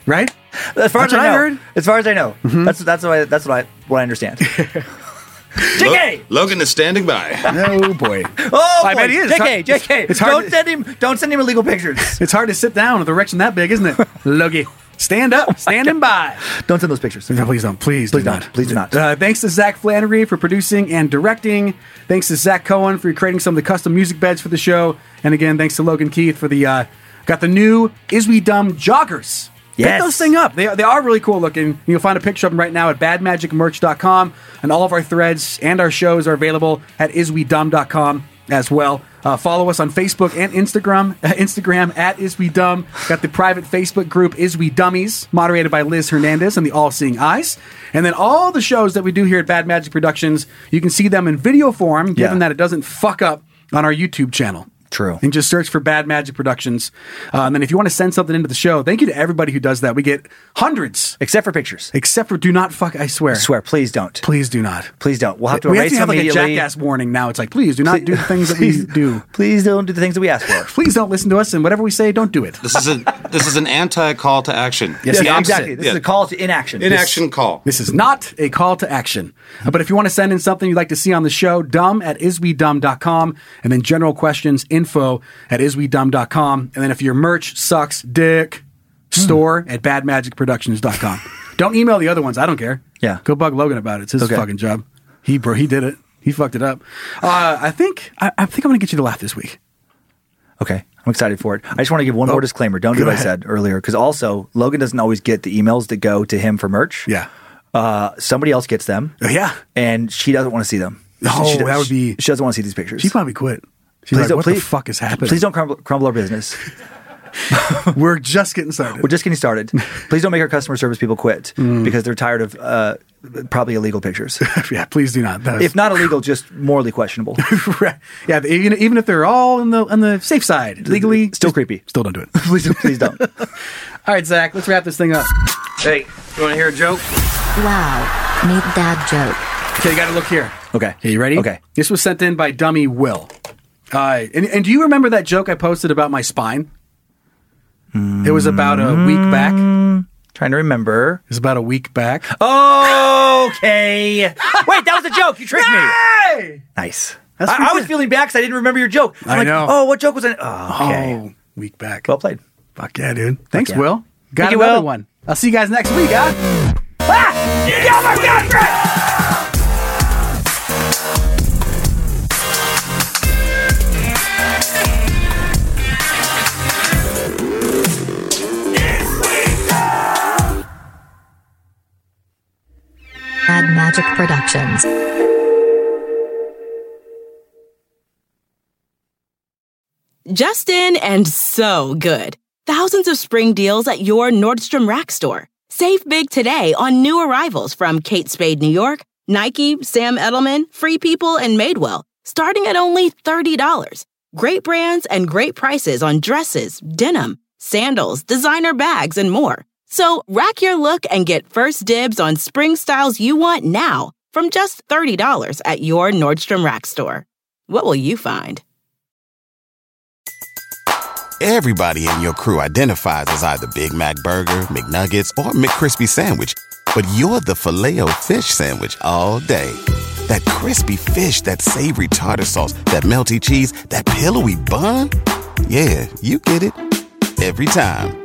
Right? As far That's as what I I know. heard. Mm-hmm. As far as I know. That's that's what I, that's what I what I understand. JK. Logan is standing by. Oh boy. Oh, I boy. bet he is. It's JK, hard- JK. it's hard don't to- send him don't send him illegal pictures. It's hard to sit down with a erection that big, isn't it? Logie. Stand up, standing by. don't send those pictures. No, please don't. Please, Please do don't. Please do not. Uh, thanks to Zach Flannery for producing and directing. Thanks to Zach Cohen for creating some of the custom music beds for the show. And again, thanks to Logan Keith for the uh, got the new Is We Dumb joggers. Pick Yes. those thing up. They, they are really cool looking. You'll find a picture of them right now at badmagicmerch.com. And all of our threads and our shows are available at iswedumb.com as well. Uh, follow us on Facebook and Instagram. Instagram at Is We Dumb. Got the private Facebook group Is We Dummies, moderated by Liz Hernandez and the All Seeing Eyes. And then all the shows that we do here at Bad Magic Productions, you can see them in video form, given Yeah. that it doesn't fuck up on our YouTube channel. True. And just search for Bad Magic Productions. Um, and if you want to send something into the show, thank you to everybody who does that. We get hundreds, Except for pictures. except for do not fuck, I swear. I swear, please don't. Please do not. Please don't. We'll have to we erase actually have them like a immediately. jackass warning now. It's like, please do not do the things that we do. Please don't do the things that we ask for. Please don't listen to us, and whatever we say, don't do it. This is a this is an anti call to action. Yes, The opposite. exactly. This Yeah. is a call to inaction. inaction call. This is not a call to action. Uh, But if you want to send in something you'd like to see on the show, dumb at iswedumb.com and then general questions info at iswedumb.com. And then if your merch sucks, dick, Hmm. store at badmagicproductions.com. don't email the other ones. I don't care. Yeah. Go bug Logan about it. It's his Okay. fucking job. He bro, he did it. He fucked it up. Uh, I think I, I think I'm gonna get you to laugh this week. Okay. I'm excited for it. I just want to give one more disclaimer. Don't do Oh, go what I ahead. said earlier because also Logan doesn't always get the emails that go to him for merch. Yeah. Uh, somebody else gets them. Oh, yeah. And she doesn't want to see them. Oh, she, that would be- She doesn't want to see these pictures. She probably quit. She's Please like, don't- what the please- fuck is happening? Please don't crumble, crumble our business. We're just getting started. We're just getting started. Please don't make our customer service people quit Mm. because they're tired of uh, probably illegal pictures. yeah, please do not. That is- if not illegal, just morally questionable. Right. yeah, but even, even if they're all on the on the safe side legally, Still just- creepy. Still don't do it. please, please don't. all right, Zach, let's wrap this thing up. Hey, you want to hear a joke? Wow. Need that joke. Okay, you got to look here. Okay. Okay, you ready? Okay. This was sent in by Dummy Will. Uh, and, and do you remember that joke I posted about my spine? It was about a week back. It Trying to remember. was about a week back. Okay. Wait, that was a joke. You tricked me. Nice. That's I, pretty I was good. feeling bad because I didn't remember your joke. I'm I like, know. Oh, what joke was I? Oh, okay. Oh, week back. Well played. Fuck yeah, dude. Thanks, yeah. Will. Got Thank you, another Will. one. I'll see you guys next week, huh? Ah! Yeah, my God, Greg! Bad Magic Productions. Justin and so good. Thousands of spring deals at your Nordstrom Rack store. Save big today on new arrivals from Kate Spade, New York, Nike, Sam Edelman, Free People, and Madewell, starting at only $30. Great brands and great prices on dresses, denim, sandals, designer bags, and more. So rack your look and get first dibs on spring styles you want now from just $30 at your Nordstrom Rack store. What will you find? Everybody in your crew identifies as either Big Mac Burger, McNuggets, or McCrispy Sandwich. But you're the filet fish Sandwich all day. That crispy fish, that savory tartar sauce, that melty cheese, that pillowy bun. Yeah, you get it. Every time.